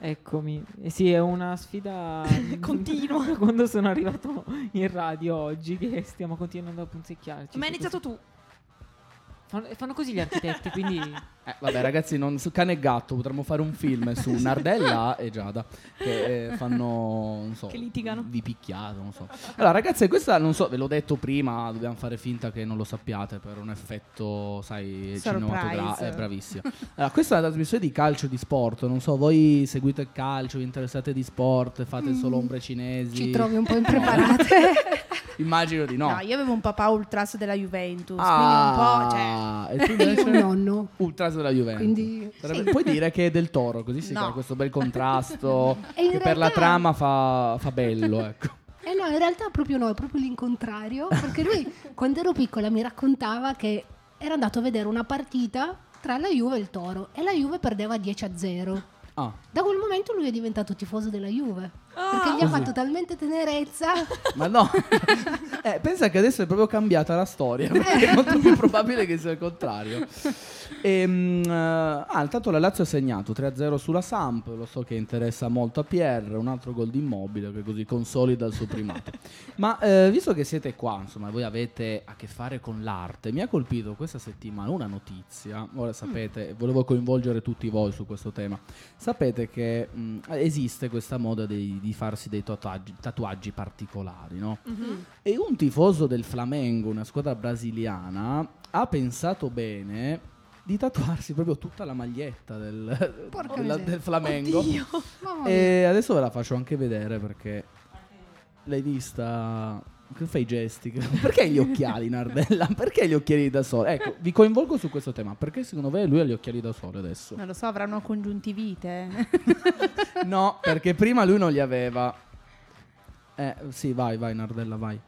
Speaker 4: Eccomi. Eh sì, è una sfida
Speaker 3: Continua.
Speaker 4: Quando sono arrivato in radio oggi, che stiamo continuando a punzecchiarci.
Speaker 3: Ma hai
Speaker 4: su
Speaker 3: iniziato tu.
Speaker 4: questo. Fanno, eh, fanno così gli architetti, quindi
Speaker 2: Eh, vabbè, ragazzi, non, su cane e gatto potremmo fare un film su Nardella e Giada che eh, fanno, non so,
Speaker 3: Che litigano.
Speaker 2: Vi picchiate, non so. Allora, ragazzi, questa non so, ve l'ho detto prima, dobbiamo fare finta che non lo sappiate per un effetto, sai,
Speaker 7: Surprise.
Speaker 2: cinematografico. È bravissimo. Allora, questa è una trasmissione di calcio di sport. Non so, voi seguite il calcio, vi interessate di sport, fate solo ombre cinesi.
Speaker 6: Ci trovi un po' impreparate.
Speaker 2: Immagino di no.
Speaker 7: No, io avevo un papà ultras della Juventus, cioè
Speaker 2: Ah, e tu
Speaker 6: E
Speaker 2: invece?
Speaker 6: un nonno.
Speaker 2: Ultras della Juventus.
Speaker 6: Quindi-
Speaker 2: Sarebbe- Puoi dire che è del toro, così si
Speaker 7: No.
Speaker 2: crea questo bel contrasto
Speaker 6: E in
Speaker 2: che per la
Speaker 6: realtà-
Speaker 2: trama fa, fa bello, ecco.
Speaker 6: Eh no, in realtà proprio no, è proprio l'incontrario, perché lui quando ero piccola mi raccontava che era andato a vedere una partita tra la Juve e il Toro e la Juve perdeva 10 a 0.
Speaker 2: Ah,
Speaker 6: Da quel momento lui è diventato tifoso della Juve, perché
Speaker 7: Ah.
Speaker 6: gli ha fatto talmente tenerezza.
Speaker 2: ma no. Eh, pensa che adesso è proprio cambiata la
Speaker 6: Eh.
Speaker 2: storia, perché è molto più probabile che sia il contrario. Ehm, eh, ah, intanto la Lazio ha segnato 3-0 sulla Samp, lo so che interessa molto a Pierre, un altro gol di Immobile che così consolida il suo primato. Ma eh, visto che siete qua, insomma, voi avete a che fare con l'arte, mi ha colpito questa settimana una notizia, ora sapete,
Speaker 6: Mm.
Speaker 2: volevo coinvolgere tutti voi su questo tema, sapete che mh, esiste questa moda dei- di farsi dei tatuaggi, tatuaggi particolari, no?
Speaker 6: Mm-hmm.
Speaker 2: E un tifoso del Flamengo, una squadra brasiliana, ha pensato bene di tatuarsi proprio tutta la maglietta del,
Speaker 6: Porca
Speaker 2: della-
Speaker 6: miseria.
Speaker 2: del Flamengo.
Speaker 6: Mamma
Speaker 7: Eh,
Speaker 6: mia.
Speaker 2: E adesso ve la faccio anche vedere perché l'hai vista. Che fai i gesti? Perché gli occhiali, Nardella? Perché gli occhiali da sole? Ecco, vi coinvolgo su questo tema. Perché secondo me lui ha gli occhiali da sole adesso?
Speaker 7: non lo so, avranno congiuntivite.
Speaker 2: No, perché prima lui non li aveva. Eh, sì, vai, vai, Nardella, vai.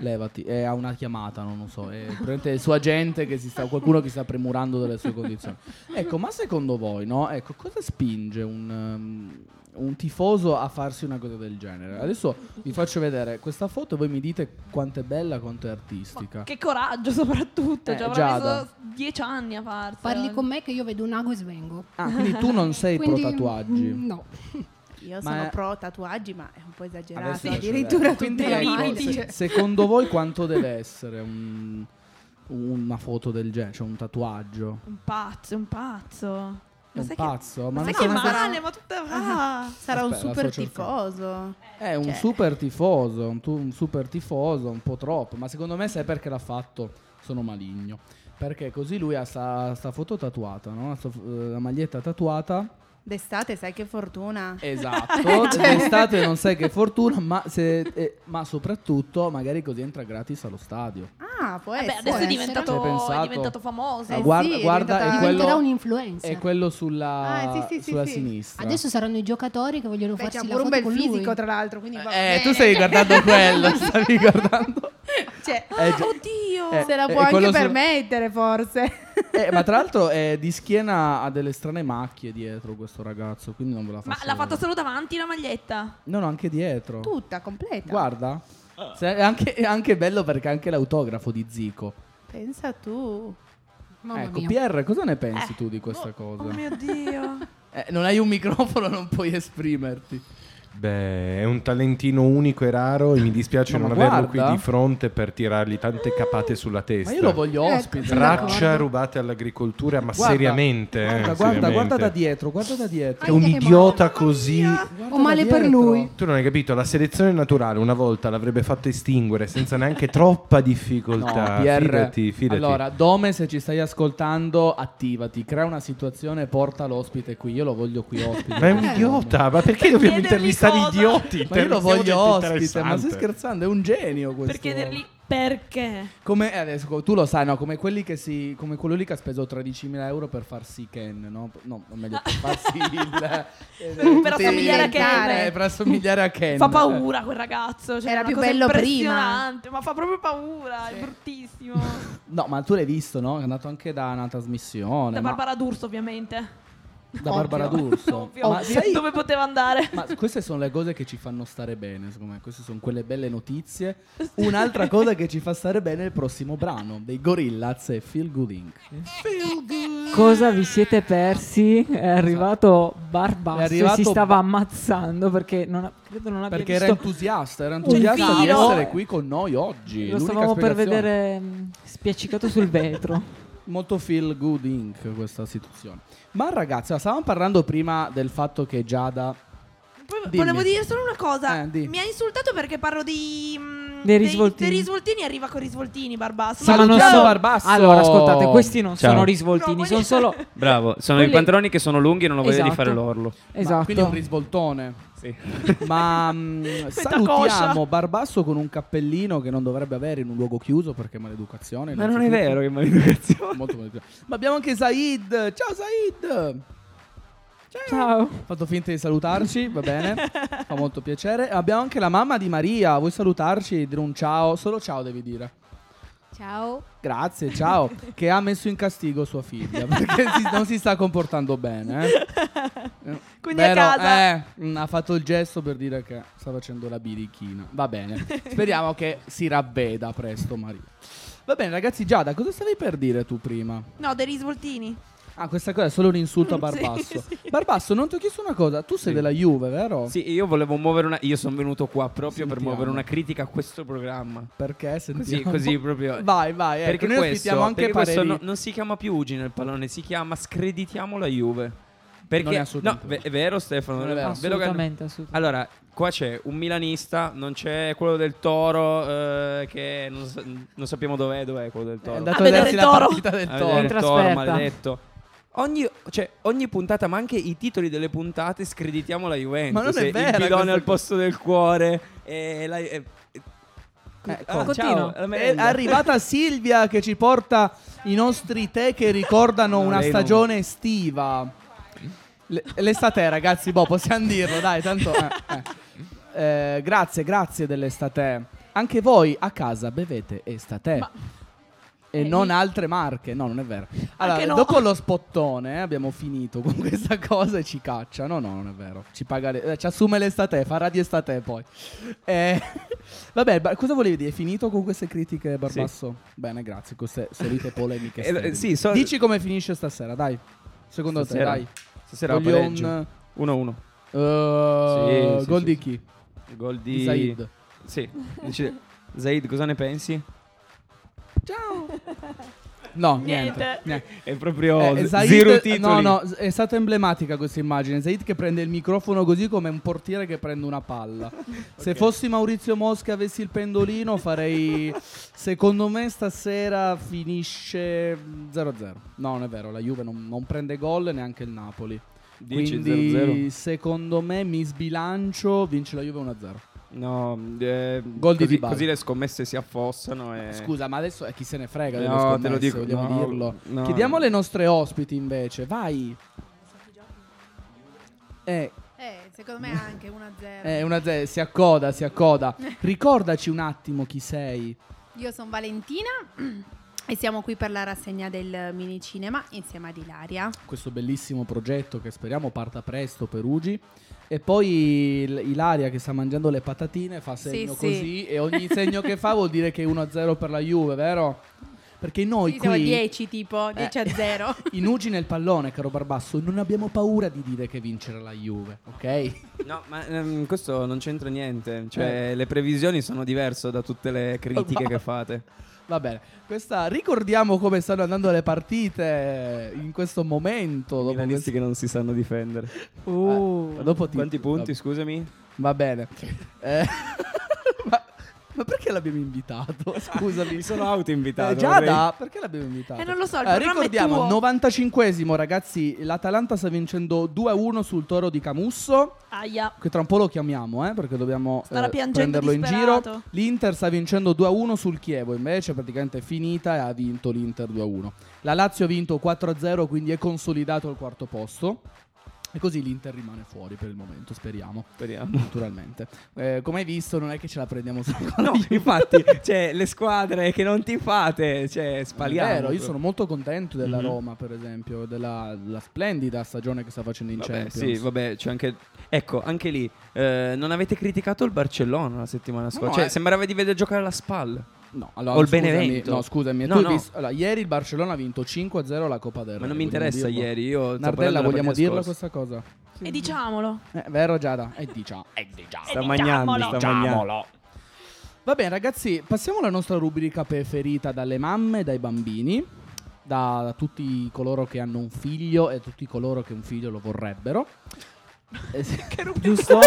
Speaker 2: Levati. Eh, ha una chiamata, non lo so. È probabilmente il suo agente che si sta, qualcuno che sta premurando delle sue condizioni. Ecco, ma secondo voi, no? Ecco, cosa spinge un, um, un tifoso a farsi una cosa del genere? Adesso vi faccio vedere questa foto e voi mi dite quanto è bella, quanto è artistica.
Speaker 3: Che coraggio soprattutto,
Speaker 2: Eh,
Speaker 3: ci avrà
Speaker 2: Giada.
Speaker 3: messo dieci anni a farsi.
Speaker 7: eh.
Speaker 6: Parli con me che io vedo un ago e svengo.
Speaker 2: Ah, quindi tu non sei
Speaker 6: Quindi,
Speaker 2: pro tatuaggi.
Speaker 6: mm, No.
Speaker 7: Io
Speaker 2: Ma
Speaker 7: sono
Speaker 2: è-
Speaker 7: pro tatuaggi, ma è un po' esagerato.
Speaker 2: Adesso faccio
Speaker 7: Addirittura
Speaker 2: vedere.
Speaker 7: tutte
Speaker 2: Eh Quindi,
Speaker 7: le
Speaker 2: ecco,
Speaker 7: mani.
Speaker 2: se- secondo voi quanto deve essere un- una foto del genere, cioè un tatuaggio?
Speaker 3: Un pazzo, un pazzo.
Speaker 2: È un
Speaker 3: sai
Speaker 2: pazzo,
Speaker 3: Che,
Speaker 2: ma
Speaker 3: ma sai
Speaker 2: non Ah,
Speaker 3: che
Speaker 2: so-
Speaker 3: male, ma tutta va.
Speaker 7: Sarà
Speaker 2: Aspetta,
Speaker 7: un
Speaker 2: la
Speaker 7: super
Speaker 2: sto cercando.
Speaker 7: tifoso.
Speaker 2: è eh, un
Speaker 7: cioè-
Speaker 2: super tifoso, un, tu- un super tifoso, un po' troppo, ma secondo me sai perché l'ha fatto? Sono maligno. Perché così lui ha sta, sta foto tatuata, no? Sta fo- eh, la maglietta tatuata.
Speaker 7: D'estate, sai che fortuna.
Speaker 2: Esatto, d'estate non sai che fortuna, ma, se- eh, ma soprattutto magari così entra gratis allo stadio.
Speaker 7: Ah, può
Speaker 3: Vabbè, adesso è
Speaker 6: Eh,
Speaker 7: essere.
Speaker 6: essere.
Speaker 2: Ci hai
Speaker 3: diventato, è
Speaker 2: pensato? Ah,
Speaker 3: diventato famoso.
Speaker 7: Eh,
Speaker 2: guarda,
Speaker 7: sì, è
Speaker 2: guarda,
Speaker 7: diventata-
Speaker 2: è
Speaker 6: Diventerà
Speaker 2: quello...
Speaker 6: un influencer.
Speaker 2: È quello sulla,
Speaker 7: Ah, sì, sì, sì,
Speaker 2: sulla
Speaker 7: sì.
Speaker 2: sinistra.
Speaker 6: Adesso saranno i giocatori che vogliono
Speaker 7: Beh, c'ha
Speaker 6: farsi la
Speaker 7: Cioè, pure
Speaker 6: foto
Speaker 7: un bel
Speaker 6: con
Speaker 7: fisico,
Speaker 6: lui.
Speaker 7: tra l'altro. Quindi va
Speaker 2: eh,
Speaker 7: bene.
Speaker 2: tu stavi guardando quello, stavi guardando.
Speaker 7: Cioè, oh,
Speaker 2: Eh, già.
Speaker 3: Oddio.
Speaker 2: Eh,
Speaker 7: se la
Speaker 2: eh,
Speaker 7: può anche
Speaker 2: quello su-
Speaker 7: permettere, forse.
Speaker 2: Eh, ma tra l'altro eh, di schiena ha delle strane macchie dietro questo ragazzo, quindi non ve la
Speaker 3: ma
Speaker 2: faccio.
Speaker 3: l'ha fatta
Speaker 2: vedere.
Speaker 3: solo davanti la maglietta.
Speaker 2: No, no, anche dietro.
Speaker 7: Tutta, completa.
Speaker 2: Guarda.
Speaker 5: Ah.
Speaker 2: Se- è, anche, è anche bello perché è anche l'autografo di Zico.
Speaker 7: Pensa tu.
Speaker 6: Mamma
Speaker 2: ecco,
Speaker 6: mia.
Speaker 2: Pierre, cosa ne pensi
Speaker 3: Eh,
Speaker 7: boh,
Speaker 2: tu di questa
Speaker 3: Oh
Speaker 2: cosa?
Speaker 3: mio Dio.
Speaker 2: Eh, non hai un microfono, non puoi esprimerti.
Speaker 5: Beh, è un talentino unico e raro e mi dispiace
Speaker 2: No, ma
Speaker 5: non averlo
Speaker 2: guarda.
Speaker 5: qui di fronte per tirargli tante capate sulla testa.
Speaker 2: Ma io lo voglio
Speaker 6: Ecco,
Speaker 2: ospite.
Speaker 6: sono d'accordo.
Speaker 5: Braccia rubate all'agricoltura, ma
Speaker 2: Guarda,
Speaker 5: seriamente. eh,
Speaker 2: Guarda, guarda, guarda da
Speaker 5: seriamente.
Speaker 2: dietro, guarda da dietro.
Speaker 5: È un
Speaker 6: Guarda che
Speaker 5: idiota così.
Speaker 2: Guarda
Speaker 6: Ho
Speaker 2: da
Speaker 6: male per
Speaker 2: dietro.
Speaker 6: lui.
Speaker 5: Tu non hai capito, la selezione naturale una volta l'avrebbe fatto estinguere senza neanche troppa
Speaker 2: No,
Speaker 5: difficoltà.
Speaker 2: PR.
Speaker 5: Fidati, fidati.
Speaker 2: Allora, Dome, se ci stai ascoltando, attivati, crea una situazione, porta l'ospite qui. Io lo voglio qui ospite.
Speaker 5: ma è un idiota, ma perché dobbiamo
Speaker 3: chiedergli cosa?
Speaker 5: intervistare idioti?
Speaker 2: eh, Ma io lo
Speaker 5: Intervistiamo gente
Speaker 2: voglio ospite, ma
Speaker 5: interessante.
Speaker 2: stai scherzando? È un genio questo.
Speaker 3: Per chiedergli perché.
Speaker 2: Come eh, adesso, tu lo sai, no? Come quelli che si. Come quello lì che ha speso 13.000 euro per farsi Ken, no? No, o meglio, per farsi il. eh,
Speaker 3: Per
Speaker 2: sì,
Speaker 3: assomigliare a Ken.
Speaker 2: eh, per assomigliare a Ken.
Speaker 3: Fa
Speaker 2: eh.
Speaker 3: paura quel ragazzo. Cioè
Speaker 7: Era
Speaker 3: è una
Speaker 7: più
Speaker 3: cosa
Speaker 7: bello prima.
Speaker 3: impressionante, Ma fa proprio paura. È bruttissimo.
Speaker 2: Eh, No, ma tu l'hai visto, no? È andato anche da una trasmissione.
Speaker 3: da
Speaker 2: ma-
Speaker 3: Barbara D'Urso, ovviamente.
Speaker 2: da Barbara
Speaker 3: Ovvio.
Speaker 2: D'Urso.
Speaker 3: Ovvio.
Speaker 2: Ma sai-
Speaker 3: Dove poteva andare?
Speaker 2: Ma queste sono le cose che ci fanno stare bene, secondo me. Queste sono quelle belle notizie. Un'altra cosa che ci fa stare bene è il prossimo brano dei Gorillaz e Feel Good Inc.
Speaker 4: Cosa vi siete persi?
Speaker 3: Esatto.
Speaker 4: È arrivato
Speaker 2: È
Speaker 4: Barbasso
Speaker 2: arrivato
Speaker 4: e si stava
Speaker 2: Ba-
Speaker 4: ammazzando perché non ha- credo non abbia
Speaker 2: Perché
Speaker 4: visto
Speaker 2: era entusiasta, era entusiasta
Speaker 3: Un
Speaker 2: di
Speaker 3: filo.
Speaker 2: essere qui con noi oggi.
Speaker 4: Lo
Speaker 2: L'unica
Speaker 4: stavamo per
Speaker 2: spiegazione.
Speaker 4: vedere mh, spiaccicato sul vetro.
Speaker 2: Molto feel good inc questa situazione. Ma ragazzi, allora, stavamo parlando prima del fatto che Giada...
Speaker 3: Poi
Speaker 2: Dimmi.
Speaker 3: Volevo dire solo una cosa.
Speaker 2: Eh, di.
Speaker 3: Mi ha insultato perché parlo di. mm,
Speaker 4: Dei risvoltini.
Speaker 3: dei risvoltini, arriva con i risvoltini, Barbasso.
Speaker 2: Sì, ma non
Speaker 3: Salutiamo-
Speaker 2: sono Barbasso.
Speaker 4: Allora, ascoltate, questi non
Speaker 8: Ciao.
Speaker 4: sono risvoltini,
Speaker 3: No,
Speaker 4: sono solo
Speaker 8: Bravo, sono
Speaker 4: Quelli-
Speaker 8: i pantaloni che sono lunghi e non ho voglia
Speaker 4: Esatto.
Speaker 8: di fare l'orlo.
Speaker 2: Ma
Speaker 4: Esatto.
Speaker 2: quindi è un risvoltone.
Speaker 8: Sì.
Speaker 2: Ma mh,
Speaker 3: Questa
Speaker 2: salutiamo
Speaker 3: coscia.
Speaker 2: Barbasso con un cappellino che non dovrebbe avere in un luogo chiuso perché è maleducazione.
Speaker 8: Ma non è
Speaker 2: innanzitutto.
Speaker 8: vero che maleducazione.
Speaker 2: Molto maleducazione. Ma abbiamo anche Said. Ciao Said.
Speaker 4: Ciao.
Speaker 2: Ha fatto finta di salutarci, va bene. Fa molto piacere. Abbiamo anche la mamma di Maria. Vuoi salutarci? Dire un ciao? Solo ciao devi dire.
Speaker 9: Ciao.
Speaker 2: Grazie, ciao. che ha messo in castigo sua figlia perché si- non si sta comportando bene. eh.
Speaker 3: Quindi a casa.
Speaker 2: eh, mm, ha fatto il gesto per dire che sta facendo la birichina. Va bene. Speriamo che si ravveda presto, Maria. Va bene, ragazzi, Giada, cosa stavi per dire tu prima?
Speaker 3: No, dei risvoltini.
Speaker 2: Ah, questa cosa è solo un insulto a Barbasso. Barbasso, non ti ho chiesto una cosa. Tu sei
Speaker 8: Sì.
Speaker 2: della Juve, vero?
Speaker 8: Sì, io volevo muovere una. Io sono venuto qua proprio per
Speaker 2: Sentiamo.
Speaker 8: muovere una critica a questo programma.
Speaker 2: Perché sentiamo
Speaker 8: Così, così proprio.
Speaker 2: Vai, vai. ecco,
Speaker 8: perché
Speaker 2: noi
Speaker 8: questo,
Speaker 2: ospitiamo anche
Speaker 8: perché questo
Speaker 2: pareri.
Speaker 8: no- non si chiama più Ugi nel pallone, si chiama Screditiamo la Juve. Perché
Speaker 2: Non è
Speaker 8: no,
Speaker 2: assolutamente
Speaker 8: ve-
Speaker 2: vero.
Speaker 8: è vero Stefano,
Speaker 2: Non è vero.
Speaker 8: che-
Speaker 4: Assolutamente, assolutamente.
Speaker 8: Allora, qua c'è un milanista, non c'è quello del Toro eh, che non, sa- non sappiamo dov'è, dov'è quello del
Speaker 2: È
Speaker 8: Toro.
Speaker 2: andato a
Speaker 3: A vedere
Speaker 2: vedersi
Speaker 3: il
Speaker 2: la
Speaker 3: toro.
Speaker 2: partita del
Speaker 8: Ah,
Speaker 2: toro.
Speaker 8: vedere
Speaker 4: In
Speaker 8: il Toro,
Speaker 4: trasferta.
Speaker 8: maledetto. Ogni, cioè, ogni puntata, ma anche i titoli delle puntate, screditiamo la Juventus.
Speaker 2: Ma non è
Speaker 8: E
Speaker 2: vera
Speaker 8: Il
Speaker 2: questa
Speaker 8: bidone al
Speaker 2: cosa.
Speaker 8: posto del cuore. E la, e- e-
Speaker 2: Eh,
Speaker 8: Ah,
Speaker 4: continua.
Speaker 8: ciao, la
Speaker 2: È
Speaker 8: merenda.
Speaker 2: arrivata Silvia che ci porta i nostri tè che ricordano
Speaker 8: No,
Speaker 2: una
Speaker 8: lei non-
Speaker 2: stagione estiva. L- l'estate, ragazzi, boh, possiamo dirlo, dai, tanto... eh, eh. Eh, grazie, grazie dell'estate. Anche voi a casa bevete estate. E non altre marche, no, non è vero. Allora,
Speaker 3: Eh, Anche no.
Speaker 2: dopo lo spottone eh, abbiamo finito con questa cosa e ci caccia. No, no, non è vero. Ci, paga le- eh, ci assume l'estate, fa radio estate poi. Eh, vabbè, ba- cosa volevi dire? È finito con queste critiche, Barbasso? Bene, grazie. Queste solite polemiche.
Speaker 8: Eh,
Speaker 2: sterili.
Speaker 8: sì, so-
Speaker 2: Dici come finisce stasera, dai. Secondo
Speaker 8: Stasera?
Speaker 2: te, dai.
Speaker 8: Stasera
Speaker 2: Voglio
Speaker 8: pareggio.
Speaker 2: un
Speaker 8: 1-1.
Speaker 2: eh,
Speaker 8: Sì, sì,
Speaker 2: gol
Speaker 8: sì,
Speaker 2: di
Speaker 8: sì.
Speaker 2: chi?
Speaker 8: Gol
Speaker 2: Di
Speaker 8: di
Speaker 2: Said.
Speaker 8: Sì. Dice- Zaid, cosa ne pensi?
Speaker 2: No,
Speaker 3: Niente.
Speaker 2: niente. niente.
Speaker 8: È proprio
Speaker 2: Eh,
Speaker 8: z-
Speaker 2: Zaid-
Speaker 8: zero titoli.
Speaker 2: No, no, s- è stata emblematica questa immagine. Zaid che prende il microfono così come un portiere che prende una palla. Se fossi Maurizio Mosca e avessi il pendolino farei... Secondo me stasera finisce 0-0. No, non è vero, la Juve non, non prende gol e neanche il Napoli.
Speaker 8: 10
Speaker 2: Quindi
Speaker 8: 0-0.
Speaker 2: secondo me mi sbilancio, vince la Juve 1-0.
Speaker 8: No, eh,
Speaker 2: Gol di
Speaker 8: così,
Speaker 2: Dybala.
Speaker 8: così le scommesse si affossano. E...
Speaker 2: Scusa, ma adesso eh, chi se ne frega? delle
Speaker 8: No, te lo
Speaker 2: scommesse,
Speaker 8: dico,
Speaker 2: vogliamo
Speaker 8: no,
Speaker 2: dirlo.
Speaker 8: no.
Speaker 2: Chiediamo alle nostre ospiti invece, vai. Eh,
Speaker 7: Eh, secondo me anche 1-0.
Speaker 2: Eh, una ze- si accoda, si accoda. Ricordaci un attimo chi sei.
Speaker 7: Io sono Valentina e siamo qui per la rassegna del minicinema insieme ad Ilaria.
Speaker 2: Questo bellissimo progetto che speriamo parta presto per Ugi. E poi il- Ilaria che sta mangiando le patatine fa segno
Speaker 7: sì.
Speaker 2: così e ogni segno che fa vuol dire che è 1-0 per la Juve, vero? Perché noi
Speaker 7: Sì, siamo a
Speaker 2: qui Eh,
Speaker 7: 10 tipo, 10 a 0.
Speaker 2: in Ugi nel pallone, caro Barbasso, non abbiamo paura di dire che vincere la Juve, ok?
Speaker 8: No, ma ehm, questo non c'entra niente. Cioè, le previsioni sono diverse da tutte le critiche
Speaker 2: Eh. Ma-
Speaker 8: che fate.
Speaker 2: Va bene, questa ricordiamo come stanno andando le partite in questo momento. Dopo,
Speaker 8: Milanisti che non si sanno difendere.
Speaker 4: Uh,
Speaker 2: questo- eh, dopo ti-
Speaker 8: Quanti punti, scusami?
Speaker 2: Va bene. Eh, ma, ma perché l'abbiamo invitato? Scusami.
Speaker 8: Mi sono autoinvitato.
Speaker 2: Eh, Giada, perché l'abbiamo invitato?
Speaker 3: Eh, non lo so, il programma è
Speaker 2: ricordiamo,
Speaker 3: tuo.
Speaker 2: 95esimo, ragazzi, l'Atalanta sta vincendo 2-1 sul Toro di Camusso,
Speaker 3: Aia.
Speaker 2: che tra un po' lo chiamiamo, eh, perché dobbiamo
Speaker 3: Starà
Speaker 2: eh,
Speaker 3: piangendo
Speaker 2: prenderlo in
Speaker 3: disperato.
Speaker 2: giro. L'Inter sta vincendo 2-1 sul Chievo, invece praticamente è finita e ha vinto l'Inter 2-1. La Lazio ha vinto 4-0, quindi è consolidato il quarto posto. E così l'Inter rimane fuori per il momento, speriamo,
Speaker 8: Speriamo.
Speaker 2: naturalmente. Eh, come hai visto, non è che ce la prendiamo solo con la
Speaker 8: No,
Speaker 2: Juve.
Speaker 8: infatti, cioè, le squadre che non ti fate, cioè, spaliamo.
Speaker 2: È vero, io sono molto contento della
Speaker 8: Mhm.
Speaker 2: Roma, per esempio, della, della splendida stagione che sta facendo in
Speaker 8: Vabbè,
Speaker 2: Champions.
Speaker 8: sì, vabbè, c'è anche... Ecco, anche lì, eh, non avete criticato il Barcellona la settimana scorsa.
Speaker 2: no,
Speaker 8: cioè,
Speaker 2: eh.
Speaker 8: sembrava di vedere giocare la SPAL.
Speaker 2: No, allora,
Speaker 8: O il
Speaker 2: scusami,
Speaker 8: Benevento.
Speaker 2: No, scusami,
Speaker 8: No,
Speaker 2: tu hai
Speaker 8: no.
Speaker 2: visto- allora, ieri il Barcellona ha vinto 5-0 la Coppa del Re.
Speaker 8: Ma non mi
Speaker 2: Eh, vogliamo
Speaker 8: interessa
Speaker 2: dirlo?
Speaker 8: ieri, io... sto parlando
Speaker 2: Nardella,
Speaker 8: della
Speaker 2: vogliamo
Speaker 8: partita
Speaker 2: dirla
Speaker 8: scorsa.
Speaker 2: questa cosa?
Speaker 3: E diciamolo.
Speaker 2: È vero Giada? E diciamo.
Speaker 8: eh,
Speaker 2: E diciamo.
Speaker 8: Sta mangiando, sta mangiando.
Speaker 2: Va bene ragazzi, passiamo alla nostra rubrica preferita dalle mamme, dai bambini, da, da tutti coloro che hanno un figlio e tutti coloro che un figlio lo vorrebbero. Eh, sì.
Speaker 4: Giusto?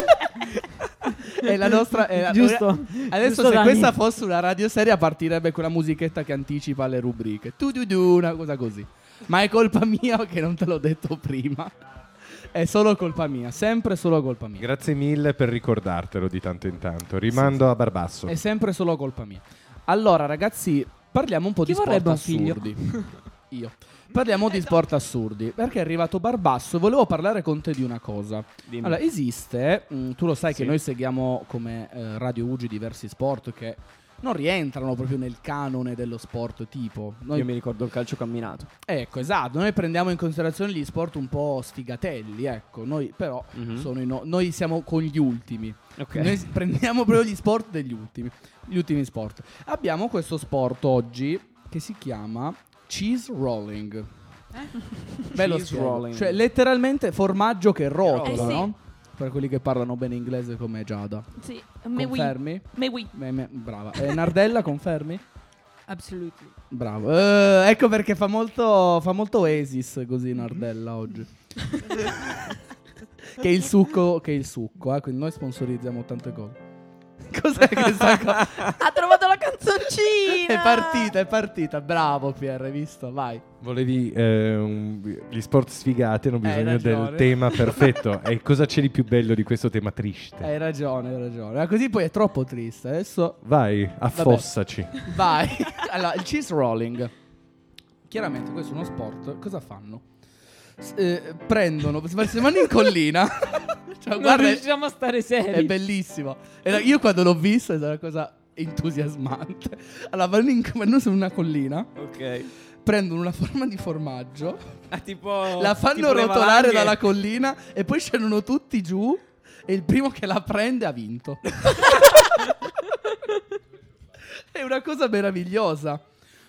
Speaker 2: È la nostra. è la-
Speaker 4: Giusto.
Speaker 2: Adesso,
Speaker 4: Giusto,
Speaker 2: se
Speaker 4: Dani.
Speaker 2: questa fosse una radioserie, partirebbe quella musichetta che anticipa le rubriche. Tu, tu, tu, una cosa così. Ma è colpa mia che non te l'ho detto prima. È solo colpa mia, sempre solo colpa mia.
Speaker 5: Grazie mille per ricordartelo di tanto in tanto. Rimando a Barbasso.
Speaker 8: Certo.
Speaker 2: È sempre solo colpa mia. Allora, ragazzi, parliamo un po'
Speaker 4: Chi
Speaker 2: di sport
Speaker 4: vorrebbe un figlio?
Speaker 2: assurdi. Io. Parliamo di sport assurdi. Perché è arrivato Barbasso e volevo parlare con te di una cosa.
Speaker 8: Dimmi.
Speaker 2: Allora, esiste, mh, tu lo sai
Speaker 8: Sì.
Speaker 2: che noi seguiamo come eh, Radio Ugi diversi sport che non rientrano proprio nel canone dello sport tipo. Noi-
Speaker 8: Io mi ricordo il calcio camminato.
Speaker 2: Ecco, esatto, noi prendiamo in considerazione gli sport un po' sfigatelli, ecco, noi però
Speaker 8: Mhm.
Speaker 2: sono i no- noi siamo con gli ultimi.
Speaker 8: Ok.
Speaker 2: Noi s- prendiamo proprio gli sport degli ultimi, gli ultimi sport. Abbiamo questo sport oggi che si chiama cheese rolling. Ve lo
Speaker 8: Cheese
Speaker 2: spiego.
Speaker 8: rolling.
Speaker 2: Cioè, letteralmente formaggio che rotola,
Speaker 3: Eh, sì.
Speaker 2: no? Per quelli che parlano bene inglese come Giada.
Speaker 3: Sì. Me oui.
Speaker 2: Confermi?
Speaker 3: Me oui.
Speaker 2: Me- me- brava. E Nardella, confermi?
Speaker 4: Absolutely.
Speaker 2: Bravo. Eh, ecco perché fa molto, fa molto Oasis così Nardella oggi. che è il succo, che è il succo, eh, quindi noi sponsorizziamo tante cose. Cos'è questa cosa?
Speaker 3: Ha trovato la canzoncina.
Speaker 2: È partita, è partita. Bravo Pierre, hai visto? Vai.
Speaker 5: Volevi eh, un- gli sport sfigati hanno
Speaker 2: Eh, Hai
Speaker 5: bisogno del
Speaker 2: ragione.
Speaker 5: tema perfetto. e cosa c'è di più bello di questo tema triste?
Speaker 2: Hai ragione, hai ragione. Ma così poi è troppo triste. Adesso
Speaker 5: Vai, affossaci.
Speaker 2: vai. allora, il cheese rolling. Chiaramente questo è uno sport. Cosa fanno? S- eh, prendono, se vanno in collina. cioè,
Speaker 4: Non
Speaker 2: guarda,
Speaker 4: riusciamo a stare
Speaker 2: È
Speaker 4: seri.
Speaker 2: bellissimo. E la- io quando l'ho vista è stata una cosa entusiasmante. Allora, vanno, in, vanno su una collina,
Speaker 8: Ok.
Speaker 2: prendono una forma di formaggio,
Speaker 8: Ah, tipo...
Speaker 2: la fanno
Speaker 8: tipo le
Speaker 2: rotolare
Speaker 8: valanghe.
Speaker 2: dalla collina e poi scendono tutti giù e il primo che la prende ha vinto. è una cosa meravigliosa.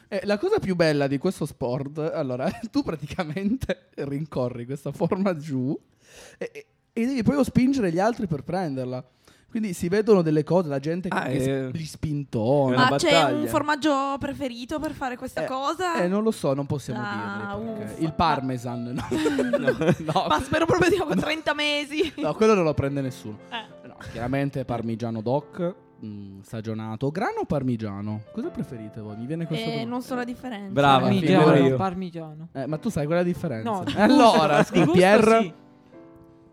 Speaker 2: Eh, la cosa più bella di questo sport, allora, tu praticamente rincorri questa forma giù e, e- e devi proprio spingere gli altri per prenderla. Quindi si vedono delle cose, la gente
Speaker 8: Ah,
Speaker 2: che
Speaker 8: eh. Ah,
Speaker 2: sp- gli spintona.
Speaker 8: Una
Speaker 3: Ma c'è un
Speaker 8: battaglia.
Speaker 3: formaggio preferito per fare questa
Speaker 2: Eh,
Speaker 3: cosa?
Speaker 2: Eh, non lo so, non possiamo
Speaker 3: Ah,
Speaker 2: dirlo.
Speaker 3: uffa.
Speaker 2: Il parmesan, no. no.
Speaker 3: Ma spero proprio di dopo 30 mesi.
Speaker 2: No, quello non lo prende nessuno.
Speaker 3: Eh.
Speaker 2: No, chiaramente parmigiano doc, mm, stagionato, grano o parmigiano? Cosa preferite voi? Mi viene questa
Speaker 3: Eh,
Speaker 2: domanda.
Speaker 3: non so la differenza.
Speaker 8: Brava,
Speaker 2: figura
Speaker 4: Parmigiano,
Speaker 8: io.
Speaker 4: parmigiano.
Speaker 2: Eh, ma tu sai quella differenza? Eh,
Speaker 4: No, di
Speaker 2: allora,
Speaker 4: gusto- di
Speaker 2: scusa,
Speaker 4: gusto
Speaker 2: Pierre,
Speaker 4: sì.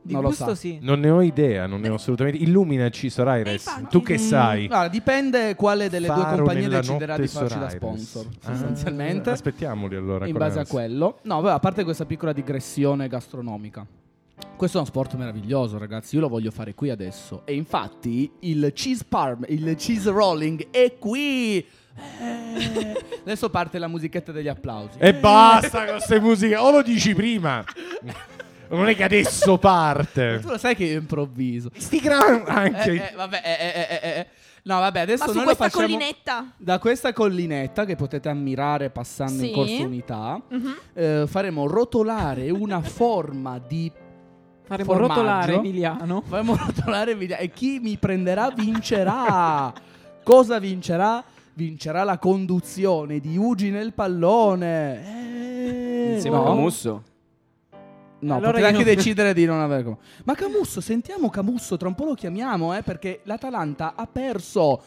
Speaker 4: Di
Speaker 2: non lo
Speaker 4: gusto
Speaker 2: sa.
Speaker 4: sì.
Speaker 5: Non ne ho idea, non ne ho assolutamente. Illuminaci,
Speaker 3: Eh,
Speaker 5: Soraires.
Speaker 3: infatti.
Speaker 5: Tu che sai?
Speaker 2: Guarda, dipende quale mm, delle due
Speaker 5: Faro
Speaker 2: compagnie
Speaker 5: nella
Speaker 2: deciderà di
Speaker 5: notte,
Speaker 2: farci da
Speaker 5: Soraires.
Speaker 2: sponsor,
Speaker 5: Ah,
Speaker 2: sostanzialmente.
Speaker 5: aspettiamoli allora.
Speaker 2: in
Speaker 5: con
Speaker 2: base a
Speaker 5: ansia.
Speaker 2: quello. No, vabbè, a parte questa piccola digressione gastronomica. Questo è uno sport meraviglioso, ragazzi. Io lo voglio fare qui adesso. E infatti il cheese parm, il cheese rolling è qui. Eh. Adesso parte la musichetta degli applausi.
Speaker 5: E basta con queste musiche. O lo dici prima. Non è che adesso parte.
Speaker 2: Tu lo sai che io improvviso.
Speaker 5: Sti gran anche.
Speaker 2: Eh, eh, vabbè, eh, eh, eh, eh, eh. No, vabbè, adesso
Speaker 3: Ma su
Speaker 2: noi lo
Speaker 3: questa
Speaker 2: facciamo
Speaker 3: collinetta.
Speaker 2: Da questa collinetta che potete ammirare passando in
Speaker 3: Sì.
Speaker 2: corso unità,
Speaker 3: Mhm.
Speaker 2: eh, faremo rotolare una forma di
Speaker 4: Faremo
Speaker 2: formaggio.
Speaker 4: rotolare Emiliano.
Speaker 2: Faremo rotolare il video. E chi mi prenderà vincerà. Cosa vincerà? Vincerà la conduzione di Ugi nel pallone. Eh,
Speaker 8: Insieme
Speaker 2: no.
Speaker 8: a Camusso.
Speaker 2: No,
Speaker 4: Allora
Speaker 2: potete
Speaker 4: io
Speaker 2: anche
Speaker 4: non-
Speaker 2: decidere di non aver. com- Ma Camusso, sentiamo Camusso, tra un po' lo chiamiamo, eh, perché l'Atalanta ha perso.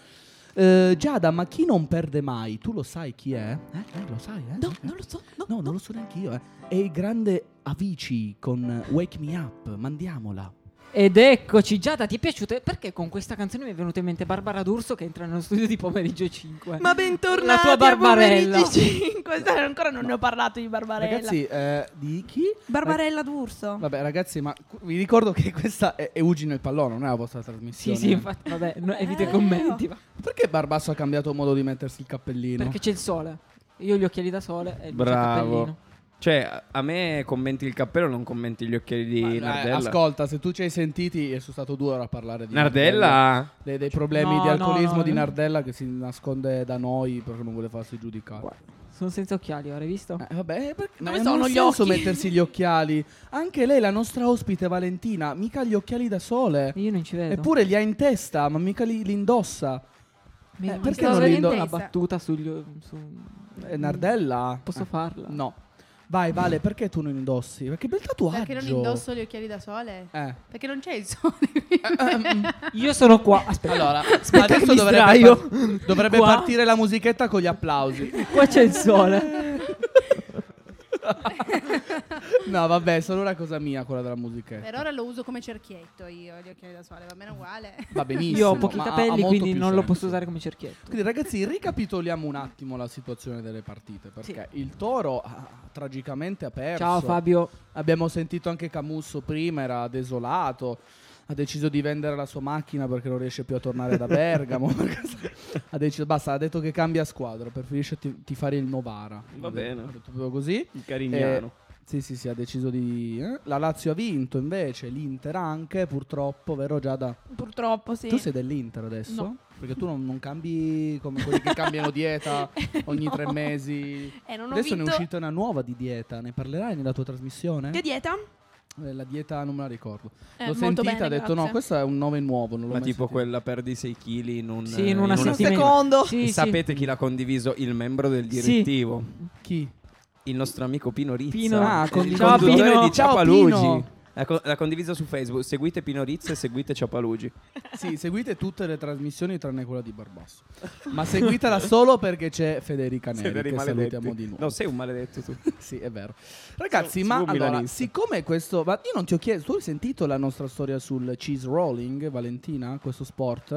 Speaker 2: Eh, Giada, ma chi non perde mai? Tu lo sai chi è? Eh, eh, lo sai, eh?
Speaker 3: No,
Speaker 2: Eh?
Speaker 3: non lo so. No,
Speaker 2: No, non lo so neanche io. eh. È il grande Avicii con Wake Me Up, mandiamola.
Speaker 4: Ed eccoci, Giada, ti è piaciuta? Perché con questa canzone mi è venuta in mente Barbara D'Urso che entra nello studio di pomeriggio 5.
Speaker 2: Eh.
Speaker 3: Ma
Speaker 4: La tua
Speaker 3: bentornati a
Speaker 4: Barbarella.
Speaker 3: Pomeriggi 5. Sai, Ancora non ne ho parlato di Barbarella.
Speaker 2: Ragazzi, eh, di chi?
Speaker 3: Barbarella d'Urso.
Speaker 2: Vabbè, ragazzi, ma cu- vi ricordo che questa è, è Ugi nel pallone, non è la vostra
Speaker 4: Sì,
Speaker 2: trasmissione.
Speaker 4: sì, infatti, vabbè, no, evita i
Speaker 3: Eh,
Speaker 4: commenti. va.
Speaker 2: Perché Barbasso ha cambiato modo di mettersi il cappellino?
Speaker 4: Perché c'è il sole. Io ho gli occhiali da sole e il
Speaker 8: Bravo.
Speaker 4: cappellino.
Speaker 8: Cioè, a- a me commenti il cappello, non commenti gli occhiali di
Speaker 2: Ma, eh,
Speaker 8: Nardella.
Speaker 2: ascolta, se tu ci hai sentiti, e sono stato due ore a parlare di
Speaker 8: Nardella?
Speaker 2: dei, dei problemi
Speaker 4: No,
Speaker 2: di
Speaker 4: no,
Speaker 2: alcolismo
Speaker 4: no.
Speaker 2: di Nardella che si nasconde da noi perché non vuole farsi giudicare.
Speaker 4: Sono senza occhiali, ora hai visto?
Speaker 2: Eh, vabbè, perché
Speaker 3: Dove
Speaker 2: ma
Speaker 3: sono
Speaker 2: non ha
Speaker 3: gli
Speaker 2: senso
Speaker 3: occhi?
Speaker 2: mettersi gli occhiali. Anche lei, la nostra ospite Valentina, mica gli occhiali da sole.
Speaker 4: Io non ci vedo.
Speaker 2: Eppure li ha in testa, ma mica li, li indossa.
Speaker 4: Mi-
Speaker 2: eh,
Speaker 4: mi
Speaker 2: perché
Speaker 4: stavo
Speaker 2: non li do-
Speaker 4: vedendo una
Speaker 7: Testa.
Speaker 4: battuta sugli su-
Speaker 2: Eh, Nardella?
Speaker 4: Posso
Speaker 2: Eh,
Speaker 4: farla?
Speaker 2: No. Vai, Vale, perché tu non indossi? Perché bel tatuaggio.
Speaker 7: Perché non indosso gli occhiali da sole?
Speaker 2: Eh.
Speaker 7: Perché non c'è il sole.
Speaker 4: Io sono qua. Aspetta.
Speaker 2: Allora,
Speaker 4: Aspetta che
Speaker 2: adesso
Speaker 4: mi
Speaker 2: dovrebbe,
Speaker 4: sdraio.
Speaker 2: par- dovrebbe
Speaker 4: Qua.
Speaker 2: partire la musichetta con gli applausi.
Speaker 4: Qua c'è il sole.
Speaker 2: No, vabbè, è solo una cosa mia quella della musichetta.
Speaker 7: per ora lo uso come cerchietto io, gli occhiali da sole, va bene uguale.
Speaker 2: Va benissimo.
Speaker 4: Io ho pochi
Speaker 2: ma ha- ha
Speaker 4: capelli,
Speaker 2: molto
Speaker 4: quindi
Speaker 2: più
Speaker 4: non lo
Speaker 2: senso.
Speaker 4: posso usare come cerchietto.
Speaker 2: Quindi ragazzi, ricapitoliamo un attimo la situazione delle partite, perché il Toro ha tragicamente ha perso.
Speaker 4: Ciao Fabio.
Speaker 2: Abbiamo sentito anche Camusso prima, era desolato. Ha deciso di vendere la sua macchina perché non riesce più a tornare da Bergamo. ha deciso, basta, ha detto che cambia squadra, preferisce ti, fare il Novara.
Speaker 8: Va
Speaker 2: Ha detto-
Speaker 8: bene.
Speaker 2: Ha detto proprio così.
Speaker 8: Il Carignano.
Speaker 2: Eh, sì, sì, sì, ha deciso di... eh. La Lazio ha vinto invece, l'Inter anche, purtroppo, vero Giada?
Speaker 3: Purtroppo, sì.
Speaker 2: Tu sei dell'Inter adesso?
Speaker 3: No.
Speaker 2: Perché tu non, non cambi come quelli che cambiano dieta ogni
Speaker 3: Eh, No.
Speaker 2: tre mesi.
Speaker 3: Eh, non ho
Speaker 2: Adesso ne è
Speaker 3: vinto-
Speaker 2: uscita una nuova di dieta, ne parlerai nella tua trasmissione?
Speaker 3: Che dieta?
Speaker 2: Eh, la dieta non me la ricordo.
Speaker 3: Eh,
Speaker 2: L'ho
Speaker 3: molto
Speaker 2: sentita,
Speaker 3: bene,
Speaker 2: ha detto
Speaker 3: grazie.
Speaker 2: no, questo è un nome nuovo. Non l'ho
Speaker 8: Ma
Speaker 2: mai
Speaker 8: tipo
Speaker 2: sentito.
Speaker 8: quella perdi 6 kg in un
Speaker 4: Sì, in una
Speaker 3: Un
Speaker 4: settimana.
Speaker 3: secondo.
Speaker 4: Sì,
Speaker 8: E
Speaker 4: sì.
Speaker 8: sapete chi l'ha condiviso? Il membro del
Speaker 4: Sì.
Speaker 8: direttivo.
Speaker 2: Chi?
Speaker 8: Il nostro amico Pino Rizza.
Speaker 4: Pino.
Speaker 2: Ah,
Speaker 8: il
Speaker 2: con-
Speaker 4: Ciao,
Speaker 8: conduttore
Speaker 4: Pino.
Speaker 8: di
Speaker 2: Ciao,
Speaker 8: Ciapalugi.
Speaker 2: Pino.
Speaker 8: L'ha co- L'ha condiviso su Facebook. Seguite Pino Rizza e seguite Ciapalugi.
Speaker 2: Sì, seguite tutte le trasmissioni tranne quella di Barbasso. Ma seguitela solo perché c'è Federica Neri,
Speaker 8: Siete dei
Speaker 2: che
Speaker 8: maledetti.
Speaker 2: salutiamo di nuovo.
Speaker 8: No, sei un maledetto tu.
Speaker 2: Sì, è vero. Ragazzi,
Speaker 8: Sono-
Speaker 2: ma
Speaker 8: sono un
Speaker 2: allora,
Speaker 8: milanista.
Speaker 2: siccome questo... Ma io non ti ho chiesto, tu hai sentito la nostra storia sul cheese rolling, Valentina, questo sport?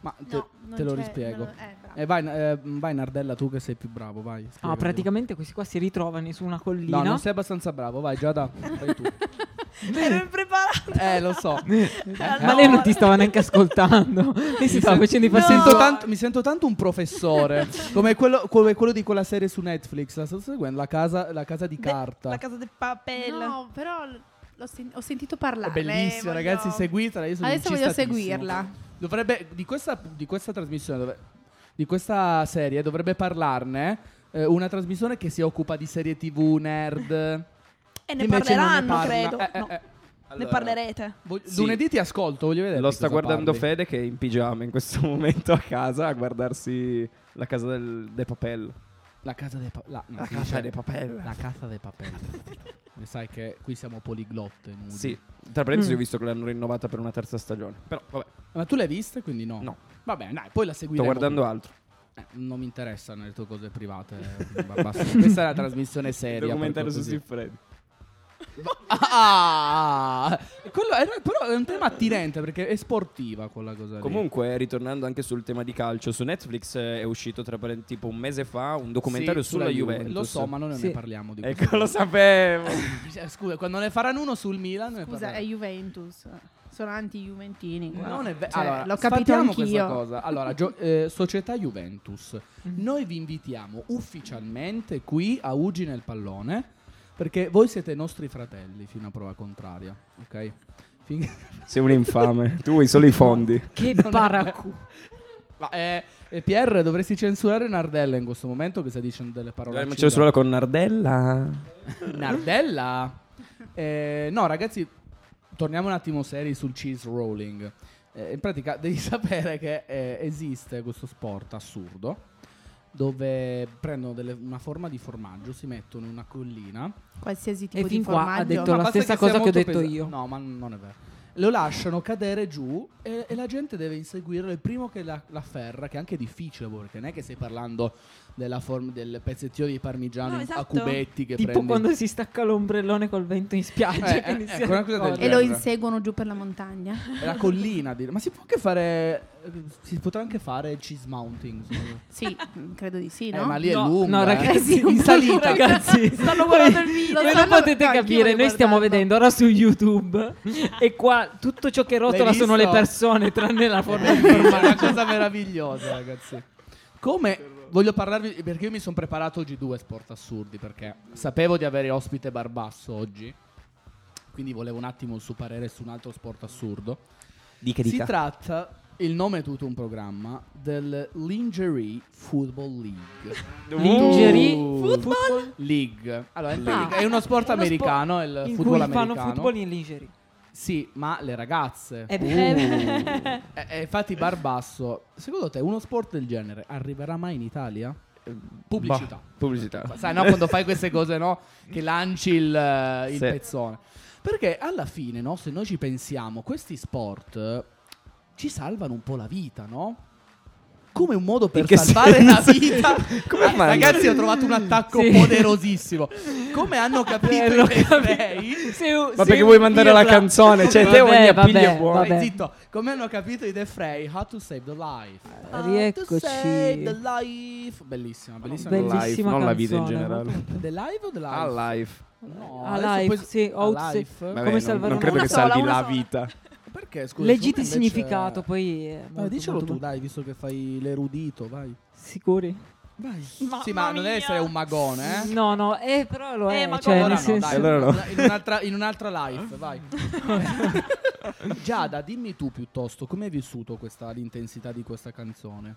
Speaker 2: Ma te,
Speaker 7: No,
Speaker 2: te
Speaker 7: non
Speaker 2: lo
Speaker 7: c'è-
Speaker 2: rispiego.
Speaker 7: non lo- eh, bravo.
Speaker 2: Eh, vai, eh, vai Nardella, tu che sei più bravo, vai.
Speaker 4: Ah,
Speaker 2: spiegaglielo.
Speaker 4: praticamente questi qua si ritrovano su una collina.
Speaker 2: No, non sei abbastanza bravo, vai Giada, fai tu.
Speaker 3: Ero impreparato.
Speaker 2: Eh, lo so.
Speaker 4: Ma
Speaker 2: Eh?
Speaker 4: lei non ti stava neanche ascoltando. Lei si stava facendo i
Speaker 2: Mi
Speaker 4: passi
Speaker 2: sento,
Speaker 4: suoi.
Speaker 2: tanto, mi sento tanto un professore, come quello, come quello di quella serie su Netflix, la sto seguendo, La casa, la casa di
Speaker 3: De-
Speaker 2: carta.
Speaker 3: La casa del papel.
Speaker 7: No, però l- l'ho sen- ho sentito
Speaker 2: È
Speaker 7: parlare.
Speaker 2: bellissima,
Speaker 7: voglio-
Speaker 2: ragazzi, seguitela. Io sono
Speaker 7: Adesso voglio
Speaker 2: incistatissimo.
Speaker 7: seguirla.
Speaker 2: Dovrebbe, di questa, di questa trasmissione, dove- di questa serie, dovrebbe parlarne eh, una trasmissione che si occupa di serie tv, nerd.
Speaker 3: E ne
Speaker 2: Invece non ne
Speaker 3: parleranno,
Speaker 2: parla.
Speaker 3: credo.
Speaker 2: Eh, eh,
Speaker 3: No,
Speaker 2: eh.
Speaker 3: Ne
Speaker 8: Allora,
Speaker 3: parlerete.
Speaker 2: Voglio-
Speaker 8: Sì.
Speaker 2: Lunedì ti ascolto, voglio vedere.
Speaker 8: Lo
Speaker 2: di
Speaker 8: sta
Speaker 2: cosa
Speaker 8: guardando
Speaker 2: parli.
Speaker 8: Fede che è in pigiama in questo momento a casa a guardarsi la casa del, de Papel.
Speaker 2: La casa dei papel. La, no,
Speaker 8: La
Speaker 2: si
Speaker 8: casa
Speaker 2: dice-
Speaker 8: dei papel.
Speaker 2: La casa dei papel. Ne sai che qui siamo poliglotte. nudi.
Speaker 8: Sì, tra parentesi
Speaker 4: Mm.
Speaker 8: ho visto che l'hanno rinnovata per una terza stagione. Però vabbè,
Speaker 2: Ma tu l'hai vista? Quindi no.
Speaker 8: No.
Speaker 2: Vabbè, dai, poi la
Speaker 8: sto
Speaker 2: seguiremo.
Speaker 8: guardando altro.
Speaker 2: Eh, non mi interessano le tue cose private. Barbasso. Questa è una trasmissione seria. per
Speaker 8: Documentario su
Speaker 2: cortesia.
Speaker 8: Steve Freddy.
Speaker 2: Ah! Quello era- però è un tema attinente perché è sportiva quella cosa lì.
Speaker 8: Comunque, ritornando anche sul tema di calcio, su Netflix eh, è uscito tra parentesi tipo un mese fa un documentario
Speaker 2: Sì,
Speaker 8: sulla, Juventus.
Speaker 2: Lo so, ma non
Speaker 4: Sì.
Speaker 2: ne parliamo di questo.
Speaker 8: Ecco, lo sapevo.
Speaker 2: Cioè, Scusa, quando ne faranno uno sul Milan ne
Speaker 7: Scusa, è
Speaker 2: parliamo.
Speaker 7: Juventus. Sono anti-juventini. qua.
Speaker 2: Non è vero.
Speaker 7: Cioè,
Speaker 2: allora,
Speaker 7: l'ho capito
Speaker 2: sfatiamo
Speaker 7: anch'io. Mm-hmm.
Speaker 2: questa cosa. Allora, gio- eh, società Juventus. Noi vi invitiamo ufficialmente qui a Ugi nel pallone perché voi siete nostri fratelli fino a prova contraria, ok? Fin-
Speaker 8: Sei un infame. tu vuoi solo i fondi.
Speaker 4: Che baracù.
Speaker 2: Ma, eh, eh, Pierre, dovresti censurare Nardella in questo momento che sta dicendo delle parole.
Speaker 8: Dovremmo censurare con Nardella.
Speaker 2: Nardella? Eh, no, ragazzi, torniamo un attimo seri sul cheese rolling. Eh, in pratica, devi sapere che eh, esiste questo sport assurdo dove prendono delle- una forma di formaggio, si mettono in una collina.
Speaker 7: Qualsiasi tipo
Speaker 4: E fin
Speaker 7: di
Speaker 4: qua ha
Speaker 7: formaggio.
Speaker 4: detto la
Speaker 2: basta
Speaker 4: stessa
Speaker 2: sia
Speaker 4: cosa che ho
Speaker 2: molto
Speaker 4: detto io.
Speaker 2: No, ma non è vero. Lo lasciano cadere giù e, e la gente deve inseguirlo. Il primo che la, la afferra, che è anche difficile, perché non è che stai parlando della form- del pezzettino di parmigiano
Speaker 3: No,
Speaker 2: in- a
Speaker 3: esatto.
Speaker 2: cubetti che
Speaker 4: Tipo
Speaker 2: prendi.
Speaker 4: quando si stacca l'ombrellone col vento in spiaggia.
Speaker 2: Eh,
Speaker 4: che
Speaker 2: eh,
Speaker 4: inizia
Speaker 2: ecco, una
Speaker 4: a
Speaker 2: cosa del
Speaker 4: correre.
Speaker 7: E lo
Speaker 2: Terra.
Speaker 7: inseguono giù per la montagna.
Speaker 2: È la collina, dire. ma si può anche fare. Si potrà anche fare il cheese mounting. secondo me.
Speaker 7: Sì, mm, credo di sì,
Speaker 2: Eh,
Speaker 7: no?
Speaker 2: ma lì è
Speaker 4: No,
Speaker 2: lungo.
Speaker 4: no,
Speaker 2: eh.
Speaker 4: ragazzi,
Speaker 2: in salita.
Speaker 4: ragazzi.
Speaker 3: Stanno guardando il video.
Speaker 4: Voi non
Speaker 7: stanno-
Speaker 4: potete
Speaker 7: no, anch'io
Speaker 4: capire,
Speaker 7: voglio
Speaker 4: noi stiamo
Speaker 7: guardarlo.
Speaker 4: vedendo ora su YouTube e qua tutto ciò che rotola
Speaker 2: L'hai
Speaker 4: sono le
Speaker 2: visto?
Speaker 4: persone tranne la forma di
Speaker 2: Ma è una
Speaker 4: formaggio.
Speaker 2: cosa meravigliosa, ragazzi. Come voglio parlarvi perché io mi sono preparato oggi due sport assurdi perché sapevo di avere ospite Barbasso oggi. Quindi volevo un attimo il suo parere su un altro sport assurdo.
Speaker 8: Dica,
Speaker 2: Si
Speaker 8: dica.
Speaker 2: tratta, il nome è tutto un programma, del Lingerie Football League.
Speaker 4: Lingerie
Speaker 2: Football League. Allora, in pratica è uno sport
Speaker 4: Uno spo-
Speaker 2: americano, il
Speaker 4: in
Speaker 2: football
Speaker 4: cui fanno
Speaker 2: americano. Uh.
Speaker 4: football in lingerie.
Speaker 2: Sì, ma le ragazze.
Speaker 4: Eh
Speaker 2: Eh, eh, infatti, Barbasso, secondo te uno sport del genere arriverà mai in Italia?
Speaker 4: Eh,
Speaker 2: Pubblicità.
Speaker 8: Bah, pubblicità.
Speaker 2: Sai, no, quando fai queste cose, no? Che lanci il, eh, il
Speaker 8: Sì.
Speaker 2: pezzone. Perché alla fine, no? Se noi ci pensiamo, questi sport eh, ci salvano un po' la vita, no? Come un modo per
Speaker 8: che
Speaker 2: salvare la
Speaker 8: senso?
Speaker 2: vita.
Speaker 8: Come
Speaker 2: Ah,
Speaker 8: fanno?
Speaker 2: Ragazzi, ho trovato un attacco
Speaker 4: Sì.
Speaker 2: poderosissimo. Come hanno
Speaker 8: Eh,
Speaker 2: capito
Speaker 4: eh, Lo
Speaker 2: i
Speaker 4: capirei.
Speaker 2: Vesei?
Speaker 8: Ma perché vuoi mandare la canzone? Cioè, te ogni appiglio è buono.
Speaker 2: Vai, zitto, come hanno capito i The Frey, How to Save the Life.
Speaker 8: Eh,
Speaker 2: How to
Speaker 4: rieccoci.
Speaker 2: save the life. Bellissima, bellissima.
Speaker 4: Bellissima
Speaker 8: Life, non la vita in
Speaker 4: canzone,
Speaker 8: generale.
Speaker 4: molto-
Speaker 2: The Live o The Life?
Speaker 8: A life.
Speaker 2: No,
Speaker 4: A
Speaker 2: adesso
Speaker 4: life,
Speaker 2: poi-
Speaker 4: sì,
Speaker 2: A
Speaker 4: out se-
Speaker 2: life?
Speaker 4: Vabbè, Come salvare
Speaker 8: non, non
Speaker 4: una-
Speaker 8: credo
Speaker 3: una
Speaker 8: che
Speaker 3: sola,
Speaker 8: salvi
Speaker 3: una
Speaker 8: la
Speaker 3: sola.
Speaker 8: vita.
Speaker 2: Perché, scusa,
Speaker 4: Leggiti il
Speaker 2: secondo me invece-
Speaker 4: significato, poi... è
Speaker 2: Ma
Speaker 4: molto,
Speaker 2: dicelo
Speaker 4: molto
Speaker 2: Eh, tu,
Speaker 4: bello.
Speaker 2: dai, visto che fai l'erudito, vai.
Speaker 4: Sicuri?
Speaker 2: Vai.
Speaker 3: Mamma
Speaker 2: sì, ma non
Speaker 3: mia.
Speaker 2: deve essere un magone, eh?
Speaker 4: No, no, eh, però lo
Speaker 3: Eh,
Speaker 4: è.
Speaker 3: ma
Speaker 4: cioè,
Speaker 3: come-
Speaker 2: Allora
Speaker 4: nel
Speaker 2: no,
Speaker 4: senso...
Speaker 2: dai,
Speaker 8: Allora no.
Speaker 2: in, un'altra, in un'altra live, vai. Giada, dimmi tu piuttosto, come hai vissuto questa, l'intensità di questa canzone?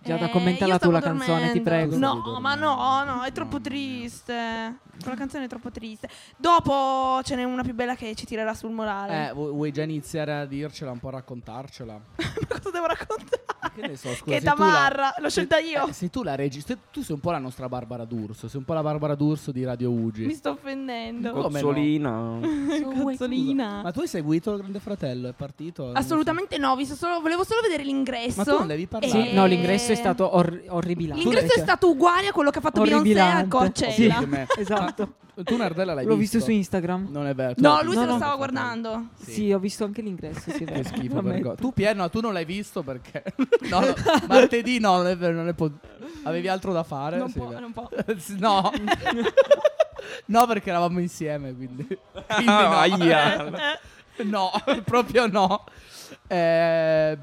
Speaker 4: Già da
Speaker 3: Eh,
Speaker 4: commentare
Speaker 3: io
Speaker 4: la tua
Speaker 3: stavo
Speaker 4: canzone, ti
Speaker 3: dormendo.
Speaker 4: prego.
Speaker 3: No, ma no, no, è troppo triste. Quella canzone è troppo triste. Dopo ce n'è una più bella che ci tirerà sul morale.
Speaker 2: Eh, vu- vuoi già iniziare a dircela, un po' a raccontarcela?
Speaker 3: Ma cosa devo raccontare?
Speaker 2: Che ne so, scusa,
Speaker 3: Che
Speaker 2: sei
Speaker 3: è
Speaker 2: tu la-
Speaker 3: Tamarra, l'ho
Speaker 2: se-
Speaker 3: scelta io.
Speaker 2: eh, sei tu la regista, tu sei un po' la nostra Barbara D'Urso, sei un po' la Barbara D'Urso di Radio Ugi.
Speaker 3: Mi sto offendendo.
Speaker 2: Come no?
Speaker 8: Cozzolina.
Speaker 2: Scusa,
Speaker 3: Cazzolina.
Speaker 2: Ma tu hai seguito il Grande Fratello? È partito? Non lo so.
Speaker 3: Assolutamente no, vi so solo- volevo solo vedere l'ingresso.
Speaker 2: Ma tu non devi parlare.
Speaker 4: Sì,
Speaker 2: Eh.
Speaker 4: no, l'ingresso è stato or- orribilante.
Speaker 3: L'ingresso è
Speaker 4: cioè,
Speaker 3: stato uguale a quello che ha fatto Beyoncé
Speaker 4: orribilante.
Speaker 3: al Coachella.
Speaker 4: Sì,
Speaker 2: Sì, me.
Speaker 4: esatto.
Speaker 2: Tu Nardella l'hai
Speaker 4: L'ho
Speaker 2: visto?
Speaker 4: visto su Instagram.
Speaker 2: Non è vero. tu
Speaker 3: No,
Speaker 2: l'hai
Speaker 3: lui
Speaker 2: visto
Speaker 3: se
Speaker 4: no,
Speaker 3: lo
Speaker 4: no.
Speaker 3: stava
Speaker 2: Grande Fratello.
Speaker 3: guardando.
Speaker 2: Sì.
Speaker 4: Sì, ho visto anche l'ingresso. Sì,
Speaker 2: Che schifo, vergogna.
Speaker 4: vergogna.
Speaker 2: Tu Pierre, no, tu non l'hai visto perché... no, no, martedì no, non è vero, non è po- avevi altro da fare.
Speaker 3: Non
Speaker 2: sì,
Speaker 3: può,
Speaker 2: beh.
Speaker 3: non può.
Speaker 2: Sì, no. no, perché eravamo insieme, quindi... quindi no.
Speaker 8: Ah, aia.
Speaker 2: No, proprio no. Eh,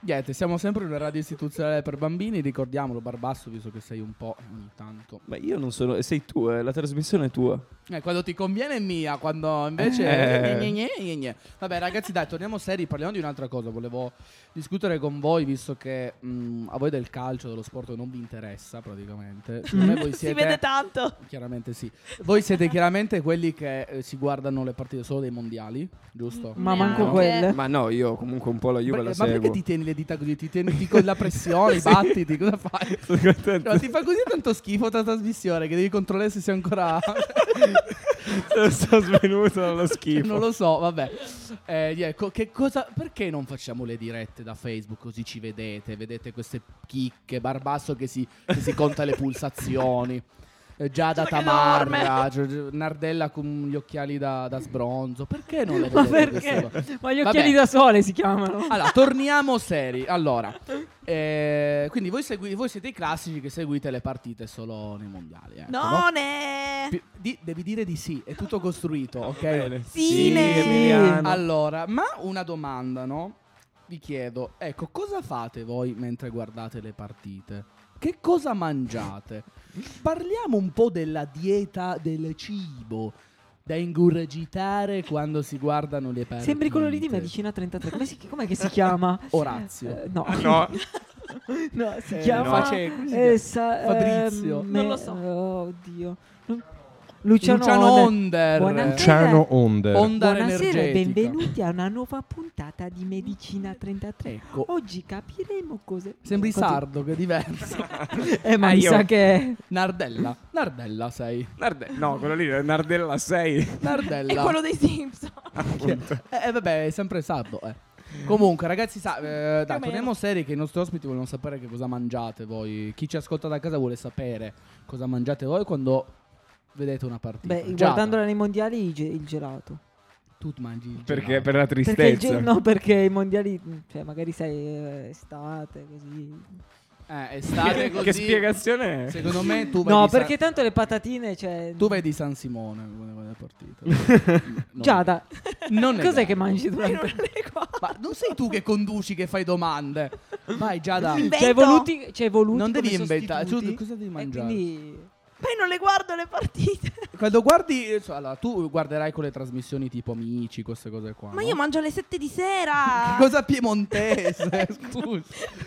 Speaker 2: niente, siamo sempre una radio istituzionale per bambini. Ricordiamolo, Barbasso, visto che sei un po' ogni tanto.
Speaker 8: Ma io non sono. Sei tu, eh, la trasmissione è tua.
Speaker 2: Eh, quando ti conviene è mia, quando invece.
Speaker 8: Eh.
Speaker 2: Gne, gne, gne, gne, gne. Vabbè, ragazzi, dai, torniamo seri. Parliamo di un'altra cosa. Volevo discutere con voi, visto che mh, a voi del calcio, dello sport, non vi interessa praticamente. Secondo me voi
Speaker 3: Si
Speaker 2: siete. Eh,
Speaker 3: vede tanto.
Speaker 2: Chiaramente sì. Voi siete chiaramente quelli che eh, si guardano le partite solo dei mondiali, giusto?
Speaker 4: Ma
Speaker 3: Neanche.
Speaker 4: manco quelle.
Speaker 8: Ma no, io comunque un po' la Juve
Speaker 2: Perché-
Speaker 8: la
Speaker 2: ma perché
Speaker 8: seguo.
Speaker 2: ti tieni le dita così? Ti tieni ti con la pressione, i battiti, cosa fai? No, ti fa così tanto schifo la trasmissione che devi controllare se sei ancora...
Speaker 8: sono svenuto dallo schifo. Ah,
Speaker 2: non lo so, vabbè. Eh, yeah, co- che cosa, perché non facciamo le dirette da Facebook così ci vedete? Vedete queste chicche, Barbasso che si, che si conta le pulsazioni. eh, Giada
Speaker 3: Sono
Speaker 2: Tamarra, Gio- Gio- Nardella con gli occhiali da, da sbronzo. Perché non le
Speaker 4: Ma
Speaker 2: vedete? queste cose?
Speaker 4: perché? Ma gli occhiali
Speaker 2: Vabbè.
Speaker 4: da sole si chiamano.
Speaker 2: Allora, torniamo seri. Allora, eh, quindi voi, segui- voi siete i classici che seguite le partite solo nei mondiali. ecco, no?
Speaker 3: Non è.
Speaker 2: Pi- di- devi dire di sì, è tutto costruito, ok?
Speaker 3: Sine.
Speaker 2: Allora, ma una domanda, no? Vi chiedo, ecco, cosa fate voi mentre guardate le partite? Che cosa mangiate? Parliamo un po' della dieta del cibo da ingurgitare quando si guardano le partite.
Speaker 4: Sembri quello lì di Medicina 33. Come si, com'è che si chiama?
Speaker 2: Orazio.
Speaker 4: Eh, no.
Speaker 8: No.
Speaker 4: No, si
Speaker 2: Ah, Eh,
Speaker 4: chiama
Speaker 2: no, c'è- come si chiama?
Speaker 4: eh, sa-
Speaker 2: Fabrizio.
Speaker 4: eh,
Speaker 3: Non lo so.
Speaker 4: Oddio. Non- Luciano,
Speaker 2: Luciano
Speaker 4: Onder.
Speaker 2: Onder.
Speaker 4: Buonasera.
Speaker 5: Luciano Onder.
Speaker 2: Onda
Speaker 4: Buonasera e
Speaker 2: energetica.
Speaker 4: benvenuti a una nuova puntata di Medicina 33.
Speaker 2: Ecco.
Speaker 4: Oggi capiremo cose.
Speaker 2: Sembri
Speaker 4: cose-
Speaker 2: sardo, che è diverso.
Speaker 4: Eh, ma
Speaker 8: Ah,
Speaker 4: mi
Speaker 8: io-
Speaker 4: sa che.
Speaker 2: Nardella. Nardella sei.
Speaker 8: Narde- no, quello lì è Nardella 6.
Speaker 2: Nardella.
Speaker 3: È quello dei Simpson.
Speaker 2: Eh, eh, vabbè, è sempre sardo. eh. Comunque, ragazzi, sa, eh, dai, torniamo seri che i nostri ospiti vogliono sapere che cosa mangiate voi. Chi ci ascolta da casa vuole sapere cosa mangiate voi quando vedete una partita.
Speaker 4: Beh,
Speaker 2: Giada,
Speaker 4: guardandola nei mondiali, il, ge- il gelato.
Speaker 2: tu mangi il
Speaker 8: Perché
Speaker 2: gelato.
Speaker 8: per la
Speaker 4: Perché il
Speaker 8: tristezza.
Speaker 4: ge- no, perché i mondiali, cioè, magari sai, eh, estate, così.
Speaker 2: Eh, estate così.
Speaker 8: Che spiegazione è?
Speaker 2: Secondo me tu vai
Speaker 4: No,
Speaker 2: di San-
Speaker 4: perché tanto le patatine, cioè.
Speaker 2: tu vai di San Simone quando vai alla partita. No.
Speaker 4: Giada,
Speaker 2: Non è
Speaker 4: cos'è
Speaker 2: vero.
Speaker 4: che mangi durante
Speaker 2: Ma non sei tu che conduci, che fai domande. Vai, Giada.
Speaker 3: Invento.
Speaker 4: Ci hai voluti, ci hai voluti
Speaker 2: Non
Speaker 4: cioè, come
Speaker 2: devi inventare.
Speaker 4: sostituti,
Speaker 2: Tu cosa devi
Speaker 4: e
Speaker 2: mangiare?
Speaker 4: quindi-
Speaker 3: Poi non le guardo le partite.
Speaker 2: Quando guardi, eh, so- allora, tu guarderai con le trasmissioni tipo Amici, queste cose qua.
Speaker 3: Ma
Speaker 2: no?
Speaker 3: io mangio alle 7 di sera.
Speaker 2: Cosa piemontese? Scusa.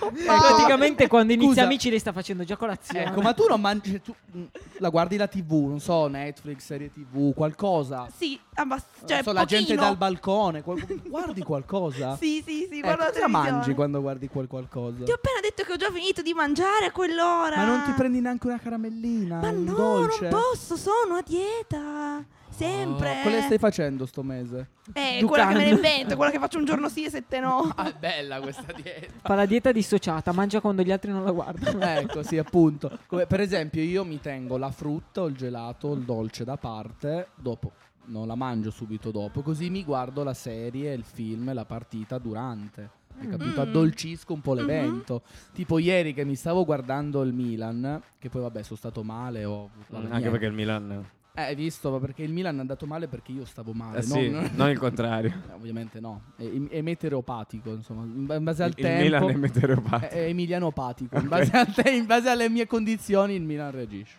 Speaker 4: Eh, praticamente quando inizia
Speaker 2: Scusa.
Speaker 4: amici lei sta facendo già colazione.
Speaker 2: Ecco, ma tu non mangi. Tu, mm, la guardi la TV, non so, Netflix, serie TV, qualcosa.
Speaker 3: Sì, abbastanza.
Speaker 2: Non
Speaker 3: Cioè,
Speaker 2: so, la gente
Speaker 3: pochino.
Speaker 2: dal balcone. qual- guardi qualcosa?
Speaker 3: Sì, sì, sì,
Speaker 2: Eh,
Speaker 3: guarda la
Speaker 2: cosa
Speaker 3: televisione.
Speaker 2: mangi quando guardi quel qualcosa?
Speaker 3: Ti ho appena detto che ho già finito di mangiare a quell'ora.
Speaker 2: Ma non ti prendi neanche una caramellina?
Speaker 3: Ma
Speaker 2: un
Speaker 3: no,
Speaker 2: dolce?
Speaker 3: non posso, sono a dieta. Sempre.
Speaker 2: Oh, quella stai facendo sto mese?
Speaker 3: Eh,
Speaker 4: Ducando.
Speaker 3: quella che me ne invento, quella che faccio un giorno sì e sette no.
Speaker 2: Ah, è bella questa dieta.
Speaker 4: Fa la dieta dissociata, mangia quando gli altri non la guardano.
Speaker 2: ecco, sì, appunto. Come, per esempio, io mi tengo la frutta, o il gelato, o il dolce da parte, dopo non la mangio subito dopo, così mi guardo la serie, il film, la partita durante. Hai capito?
Speaker 3: Mm.
Speaker 2: Addolcisco un po' l'evento. Tipo ieri che mi stavo guardando il Milan, che poi vabbè sono stato male. Ho avuto la
Speaker 8: Mm, Anche
Speaker 2: mia-
Speaker 8: perché il Milan.
Speaker 2: Eh, hai visto? Ma Perché il Milan è andato male perché io stavo male.
Speaker 8: Eh sì,
Speaker 2: non-
Speaker 8: non il contrario.
Speaker 2: Eh, ovviamente no. È, è meteoropatico, insomma. In ba- in base al
Speaker 8: Il
Speaker 2: tempo... Eh,
Speaker 8: Milan è meteoropatico.
Speaker 2: È emilianopatico. In, base a te- in base alle mie condizioni, il Milan reagisce.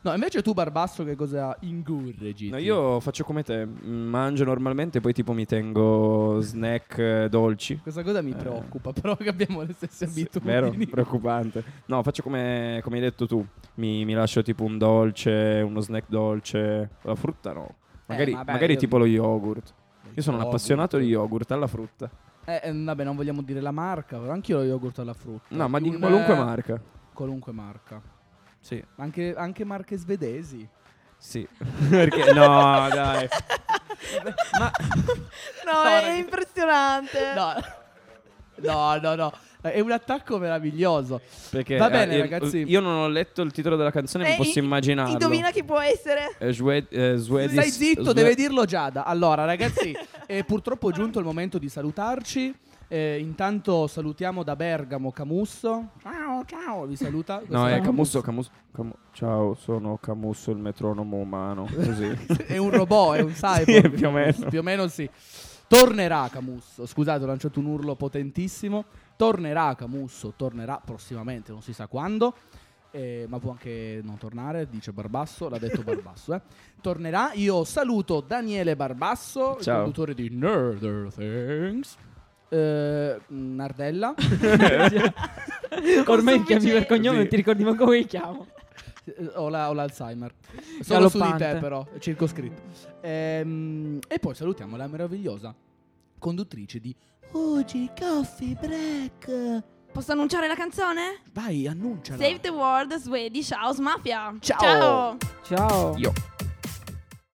Speaker 2: No, invece tu, Barbasso, che cosa ingurgiti?
Speaker 8: No, io faccio come te, mm, mangio normalmente, poi tipo mi tengo snack eh, dolci.
Speaker 2: Questa cosa mi
Speaker 8: Eh.
Speaker 2: preoccupa, però che abbiamo le stesse
Speaker 8: Sì, Vero?
Speaker 2: abitudini.
Speaker 8: Preoccupante. No, faccio come, come hai detto tu. Mi, mi lascio tipo un dolce, uno snack dolce. La frutta no. Magari,
Speaker 2: Eh, vabbè,
Speaker 8: magari
Speaker 2: io-
Speaker 8: tipo lo yogurt. Io sono un
Speaker 2: Yogurt.
Speaker 8: appassionato di yogurt alla frutta.
Speaker 2: Diciamo, Eh, eh, vabbè, non vogliamo dire la marca, però anch'io lo yogurt alla frutta.
Speaker 8: No, ma di
Speaker 2: un,
Speaker 8: qualunque
Speaker 2: eh,
Speaker 8: marca.
Speaker 2: Qualunque marca.
Speaker 8: Sì.
Speaker 2: Anche, anche marche svedesi.
Speaker 8: Sì. Perché? No, dai. eh.
Speaker 3: No,
Speaker 2: No,
Speaker 3: è
Speaker 2: ragazzi.
Speaker 3: impressionante.
Speaker 2: No. No, no, no. È un attacco meraviglioso.
Speaker 8: Perché,
Speaker 2: Va bene,
Speaker 8: eh,
Speaker 2: ragazzi.
Speaker 8: Io non ho letto il titolo della canzone,
Speaker 3: Eh,
Speaker 8: ma posso
Speaker 3: in-
Speaker 8: immaginarlo.
Speaker 3: Indovina chi può essere?
Speaker 8: Eh, Swed- eh, Swedish-
Speaker 2: Stai zitto,
Speaker 8: Swe-
Speaker 2: deve dirlo Giada. Allora, ragazzi, eh, purtroppo è giunto il momento di salutarci. Eh, intanto salutiamo da Bergamo Camusso. Ciao, ciao, vi saluta.
Speaker 8: No,
Speaker 2: Questa-
Speaker 8: è Camusso, Camusso. Camu- Ciao, sono Camusso il metronomo umano. Così.
Speaker 2: È un robot, è un cyborg.
Speaker 8: Sì, più o meno.
Speaker 2: Più o meno sì. Tornerà Camusso. Scusate, ho lanciato un urlo potentissimo. Tornerà Camusso, tornerà prossimamente, non si sa quando. Eh, ma può anche non tornare, dice Barbasso, l'ha detto Barbasso. eh. Tornerà, io saluto Daniele Barbasso, il
Speaker 8: Ciao.
Speaker 2: produttore di Nerder Things. Eh, Nardella,
Speaker 4: Ormai mi
Speaker 3: sufficienza.
Speaker 4: chiami per cognome,
Speaker 8: Sì.
Speaker 4: non ti ricordi manco come mi chiamo.
Speaker 2: Eh, ho, la- ho l'Alzheimer. Solo su di
Speaker 4: Galoppante.
Speaker 2: te, però, è circoscritto. Ehm, e poi salutiamo la meravigliosa conduttrice di Oggi Coffee Break.
Speaker 3: Posso annunciare la canzone?
Speaker 2: Vai, annunciala.
Speaker 3: Save the World Swedish House Mafia.
Speaker 2: Ciao.
Speaker 3: Ciao.
Speaker 4: Ciao.
Speaker 8: Io.